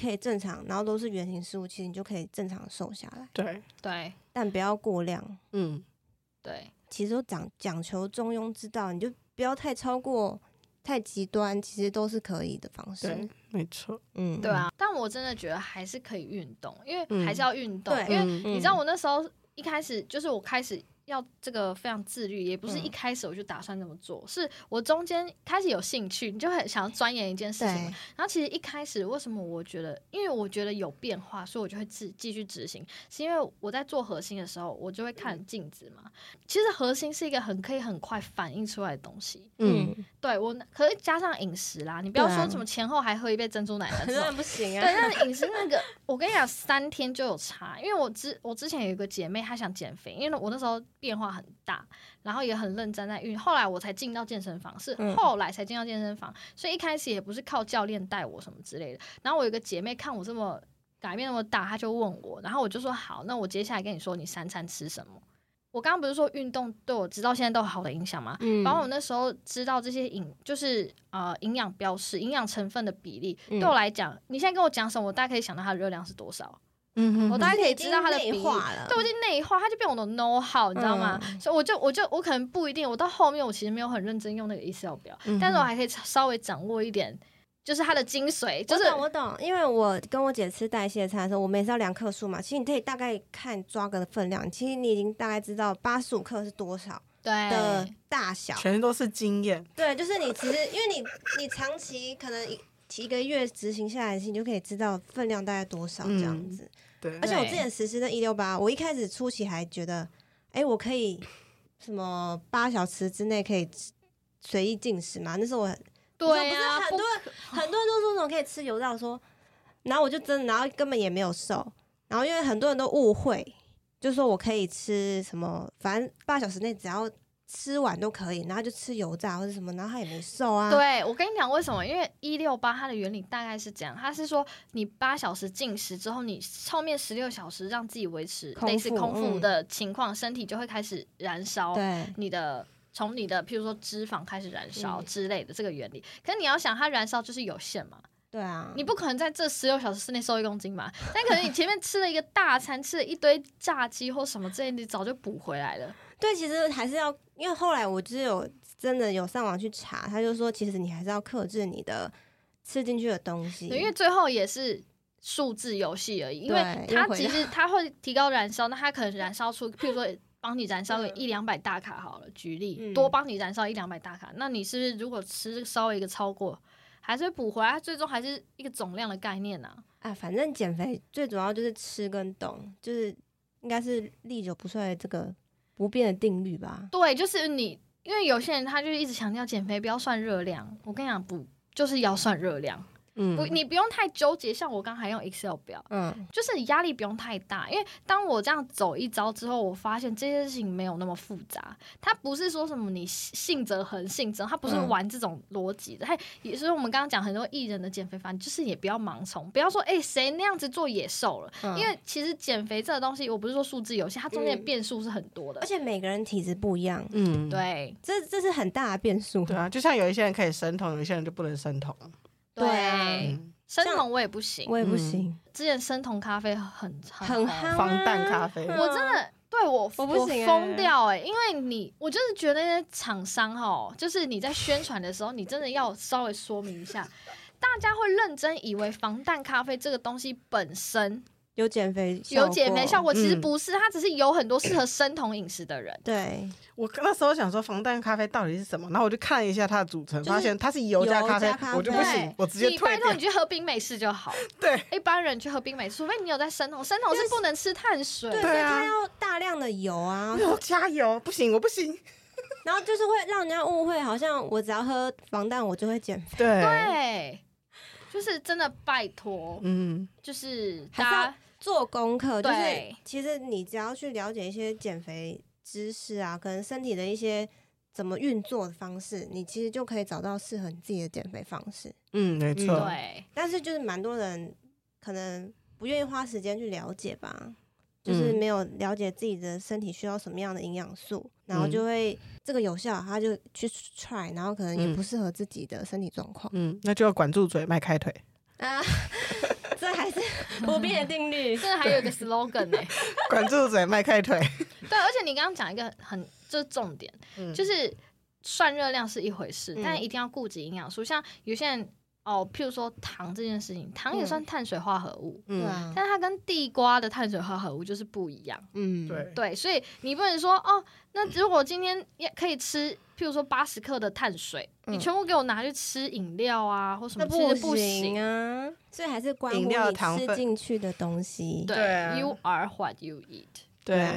可以正常，然后都是原型食物，其实你就可以正常瘦下来，
对，
对
但不要过量。
嗯，
对，
其实都讲讲求中庸之道，你就不要太超过、太极端，其实都是可以的方式
对。没错。
嗯，
对啊，但我真的觉得还是可以运动，因为
嗯
还是要运动，
对
因为
嗯
嗯
你知道我那时候一开始就是我开始要这个非常自律，也不是
嗯
一开始我就打算这么做，是我中间开始有兴趣，你就很想要钻研一件事情
对
嘛。，然后其实一开始为什么我觉得，因为我觉得有变化，所以我就会自继续执行，是因为我在做核心的时候，我就会看
嗯
镜子嘛。其实核心是一个很可以很快反应出来的东西。
嗯，
对我，可是加上饮食啦，你不要
对啊
说什么前后还喝一杯珍珠奶茶这
当
种
然，不行 [laughs]
对，
啊。
那饮食那个，我跟你讲，三天就有差。因为我之我之前有一个姐妹，她想减肥，因为我那时候变化很大，然后也很认真在运。后来我才进到健身房，是
嗯
后来才进到健身房，所以一开始也不是靠教练带我什么之类的。然后我有一个姐妹看我这么改变那么大，她就问我，然后我就说好，那我接下来跟你说，你三餐吃什么？我刚刚不是说运动对我直到现在都有好的影响吗？
嗯
包括我那时候知道这些营，就是呃营养标示、营养成分的比例，
嗯
对我来讲，你现在跟我讲什么，我大概可以想到它的热量是多少，
嗯哼
我
哼
大概可以
已经
知道它的比
内
例。
化了。
对，我已经内化，它就变我的 know how，你知道吗？
嗯
所以我就我就我可能不一定，我到后面我其实没有很认真用那个 Excel 表，
嗯哼
但是我还可以稍微掌握一点，就是它的精髓，就是
我懂，我懂，因为我跟我姐吃代谢餐的时候，我们也是要量克数嘛。其实你可以大概看抓个分量，其实你已经大概知道八十五克是多少的
对
大小。
全都是经验。
对，就是你其实因为你你长期可能一一个月执行下来，你就可以知道分量大概多少这样子。
对
而且我
对
之前实施的一六八，我一开始初期还觉得，哎、我可以什么八小时之内可以吃随意进食嘛？那时候我
对
啊，
啊，
不是很多很多人都说什么可以吃油炸说，然后我就真的，然后根本也没有瘦，然后因为很多人都误会，就说我可以吃什么，反正八小时内只要吃完都可以，然后就吃油炸或者什么，然后他也没瘦啊。
对，我跟你讲为什么？因为一六八它的原理大概是这样，它是说你八小时进食之后，你后面十六小时让自己维持
空
类似
腹
空腹
嗯
的情况，身体就会开始燃烧
对
你的。从你的譬如说脂肪开始燃烧
嗯
之类的这个原理，可是你要想它燃烧就是有限嘛，
对啊，
你不可能在这十六小时之内瘦一公斤嘛。但可能你前面吃了一个大餐，吃了一堆炸鸡或什么之类，你早就补回来了。
对，其实还是要，因为后来我就是有真的有上网去查，他就说其实你还是要克制你的吃进去的东西，
对因为最后也是数字游戏而已，因为
对
它
又回
其
到
实它会提高燃烧，那它可能燃烧
[laughs]
出，譬如说帮你燃烧个
嗯
一两百大卡好了，举例、
嗯
多帮你燃烧一两百大卡，那你是不是如果吃稍微一个超过，还是会补回来？它最终还是一个总量的概念呐、
啊，反正减肥最主要就是吃跟动，就是应该是历久不衰的这个不变的定律吧。
对，就是你，因为有些人他就一直强调减肥不要算热量，我跟你讲不。就是要算热量，
嗯
不，你不用太纠结。像我刚还用 Excel 表，
嗯，
就是你压力不用太大，因为当我这样走一遭之后，我发现这件事情没有那么复杂。它不是说什么你信则恒，信则它不是
嗯
玩这种逻辑的。它也是我们刚刚讲很多艺人的减肥法，你就是也不要盲从，不要说诶谁那样子做也瘦了，
嗯
因为其实减肥这个东西，我不是说数字游戏，它中间的
嗯
变数是很多的。
而且每个人体质不一样，
嗯，
对
这这是很大的变数。
对啊，就像有一些人可以生酮，有一些人就不能生酮。
对啊
对
嗯，
生酮我也不行，
我也不
嗯
行，
之前生酮咖啡很
很
夯
夯、啊，
防弹咖啡
嗯
我真的对我
我不行欸
疯掉哎、因为你我就是觉得那些厂商哦，就是你在宣传的时候，你真的要稍微说明
[laughs]
一下，大家会认真以为防弹咖啡这个东西本身
有减肥
有减肥效
果，
果，其实
嗯
不是，它只是有很多适合生酮饮食的人。
对，
我那时候想说防弹咖啡到底是什么，然后我就看了一下它的组成，
就是
发现它是油加咖啡，
油加咖啡
我就不行
对，，
我直接
你
退
拜托
掉
你。去喝冰美式就好。
对，
一般人去喝冰美式，除非你有在生酮，生酮是不能吃碳水。
对，
对
所以
啊
它要大量的油啊，
我加油，不行，我不行。
然后就是会让人家误会，好像我只要喝防弹我就会减肥，
对，
对，就是真的拜托，
嗯，
就是
还是要
大家
做功课，就是
对
其实你只要去了解一些减肥知识啊，可能身体的一些怎么运作的方式，你其实就可以找到适合你自己的减肥方式。
嗯，没
嗯
错，
对。
但是就是蛮多人可能不愿意花时间去了解吧，就是没有了解自己的身体需要什么样的营养素，然后就会这个有效，他就去 try，然后可能也不适合自己的身体状况、
嗯，那就要管住嘴，迈开腿。
啊。 [laughs] 这还是 [laughs] 不变的定律，
这还有一个 slogan 欸呢、
管住嘴，迈开腿。
对，而且你刚刚讲一个很就是重点，
嗯
就是算热量是一回事，
嗯
但一定要顾及营养素。像有些人哦，譬如说糖这件事情，糖也算碳水化合物，
对
嗯，
啊，
但它跟地瓜的碳水化合物就是不一样。
嗯，
对，
对，所以你不能说哦，那如果今天也可以吃，譬如说八十克的碳水，你
嗯
全部给我拿去吃饮料啊或什么，
那
其实
不
行
行。啊，所以还是关乎
饮料
你
糖
吃
分
进去的东西。啊
对
对啊
y o u are what you eat。
对，啊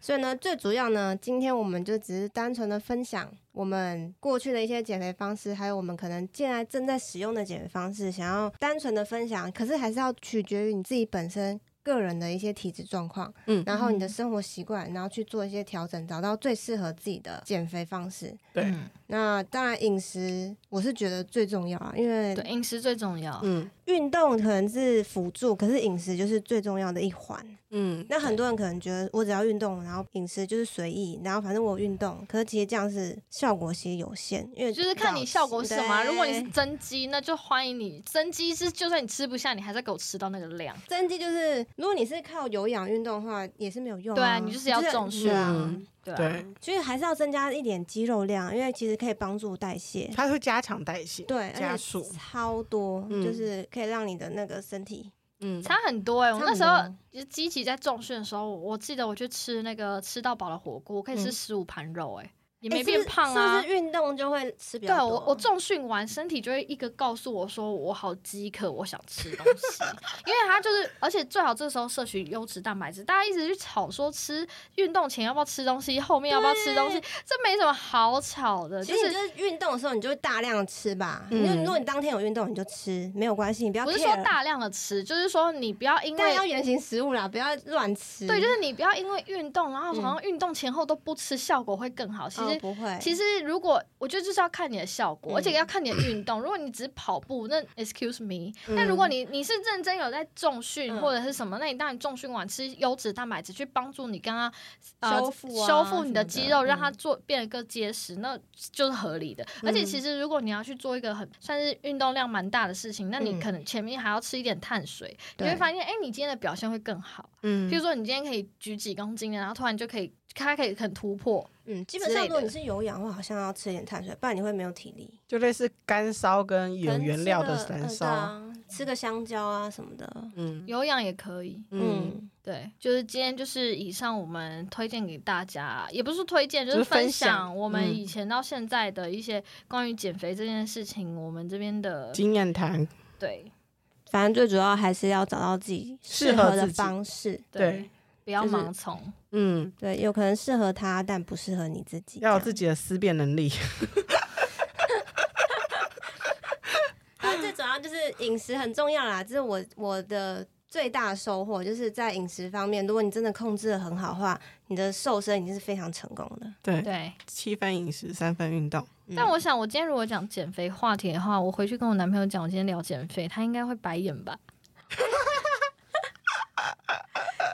所以呢，最主要呢，今天我们就只是单纯的分享我们过去的一些减肥方式，还有我们可能现在正在使用的减肥方式，想要单纯的分享，可是还是要取决于你自己本身。个人的一些体质状况，
嗯
然后你的生活习惯，然后去做一些调整，找到最适合自己的减肥方式。
对
嗯
那当然，饮食我是觉得最重要啊，因为
对，饮食最重要。
嗯
运动可能是辅助，可是饮食就是最重要的一环。
嗯，
那很多人可能觉得我只要运动，然后饮食就是随意，然后反正我有运动，可是其实这样是效果其实有限，因为
就是看你效果是什么啊、
对
如果你是增肌，那就欢迎你。增肌是就算你吃不下，你还是给我吃到那个量。
增肌就是如果你是靠有氧运动的话，也是没有用、啊，
对啊，你就是要重
是
视啊
嗯。
对啊
对，
所以还是要增加一点肌肉量，因为其实可以帮助代谢，
它会加强代谢，
对，
加
而
速
且，超多，
嗯
就是可以让你的那个身体
嗯，
差很多哎、我
差
那
很
时候
多
就是积极在重训的时候，我我记得我去吃那个吃到饱的火锅，我可以吃
嗯
十五盘肉哎、也
诶
没
是不
变
是
胖啊。
是不是运动就会吃比
对啊
较多？啊
我，我重训完，身体就会一个告诉我说我好饥渴，我想吃东西，因为它就是，而且最好这时候摄取优质蛋白质。大家一直去吵说吃运动前要不要吃东西，后面要不要吃东西，这没什么好吵的，
其
呃就
实你
是。
就是运动的时候，你就会大量吃吧。
嗯
你就如果你当天有运动，你就吃，没有关系，你不要
不
care。
是说大量的吃，就是说你不要因
但
为
要原形食物啦，不要乱吃。
对，就是你不要因为运动，然后
嗯
好像运动前后都不吃，效果会更好。其
哦
实
不会，
其
实
实如果我觉得就是要看你的效果，
嗯
而且要看你的运动。如果你只是跑步，那 excuse me，、那如果你你是认真有在重训
嗯
或者是什么，那你当然重训完吃优质蛋白质去帮助你刚刚呃
修复啊
修复你的
什么
肌
的
肉，让
嗯
它做变得更结实，那就是合理的。而且其
嗯
实如果你要去做一个很算是运动量蛮大的事情，那你
嗯
可能前面还要吃一点碳水，你
对
会发现哎、诶你今天的表现会更好。啊
嗯
譬如说你今天可以举几公斤的，啊然后突然就可以它可以很突破。
嗯，基
之
本上
类
如果
的
你是有氧的话，好像要吃一点碳水，不然你会没有体力。
就类似干烧跟有原料的
可
燃
能吃个
烧，
呃对啊吃个香蕉啊什么的。
嗯
有氧也可以，
嗯，
嗯，
对，就是今天就是以上我们推荐给大家，也不是说推荐，就是
就是分
分享
享
我们
嗯
以前到现在的一些关于减肥这件事情，我们这边的
经验谈，
对
反正最主要还是要找到自己
适
适
合
合的
自己
方式。
对，
不要
就是
盲从，
嗯，
对，有可能适合他，但不适合你自己。
要有
这
自
样
己的思辨能力，
啊，最主要就是饮食很重要啦，这是我我的最大收获，就是在饮食方面，如果你真的控制的很好的话，你的瘦身已经是非常成功的。
[laughs] [laughs] 对，
对。
[laughs] 七分饮食，三分运动，
嗯
但我想，我今天如果讲减肥话题的话，我回去跟我男朋友讲，我今天聊减肥，他应该会白眼吧？ [laughs]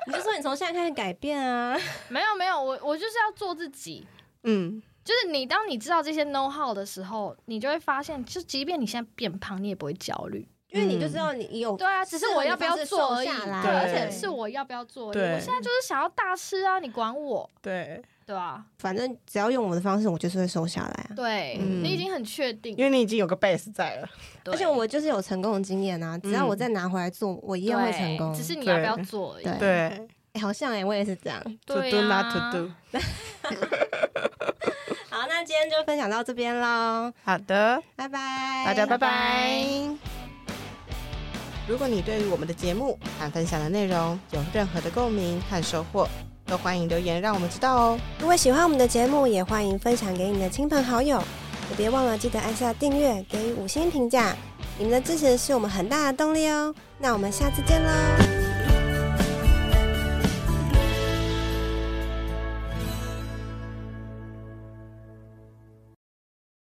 你就说你从现在开始改变啊，
没有没有，我我就是要做自己。
嗯，
就是你当你知道这些 know how 的时候，你就会发现，就即便你现在变胖，你也不会焦虑。
因为你就知道你有
对啊，只是我要不要做而已，
适合你方式瘦下来
对，而且
对
是我要不要做而已。
对
我现在就是想要大吃啊，你管我，
对，
对吧？
反正只要用我的方式，我就是会瘦下来啊。
对、
嗯
你已经很确定
因，为你已经有个 base 在了，
对嗯
而且我就是有成功的经验啊，只要我再拿回来做，我一
对
样会成功。
只是你
对
要不要做而已。
对
对
哎好像哎、我也是这样。
，to
对
do not
啊
to do。
好，那今天就分享到这边喽，
好的，
拜拜，
大家拜
拜
拜
如果你对于我们的节目和分享的内容有任何的共鸣和收获，都欢迎留言让我们知道哦。
如果喜欢我们的节目，也欢迎分享给你的亲朋好友，也别忘了记得按下订阅，给予五星评价。你们的支持是我们很大的动力哦。那我们下次见喽。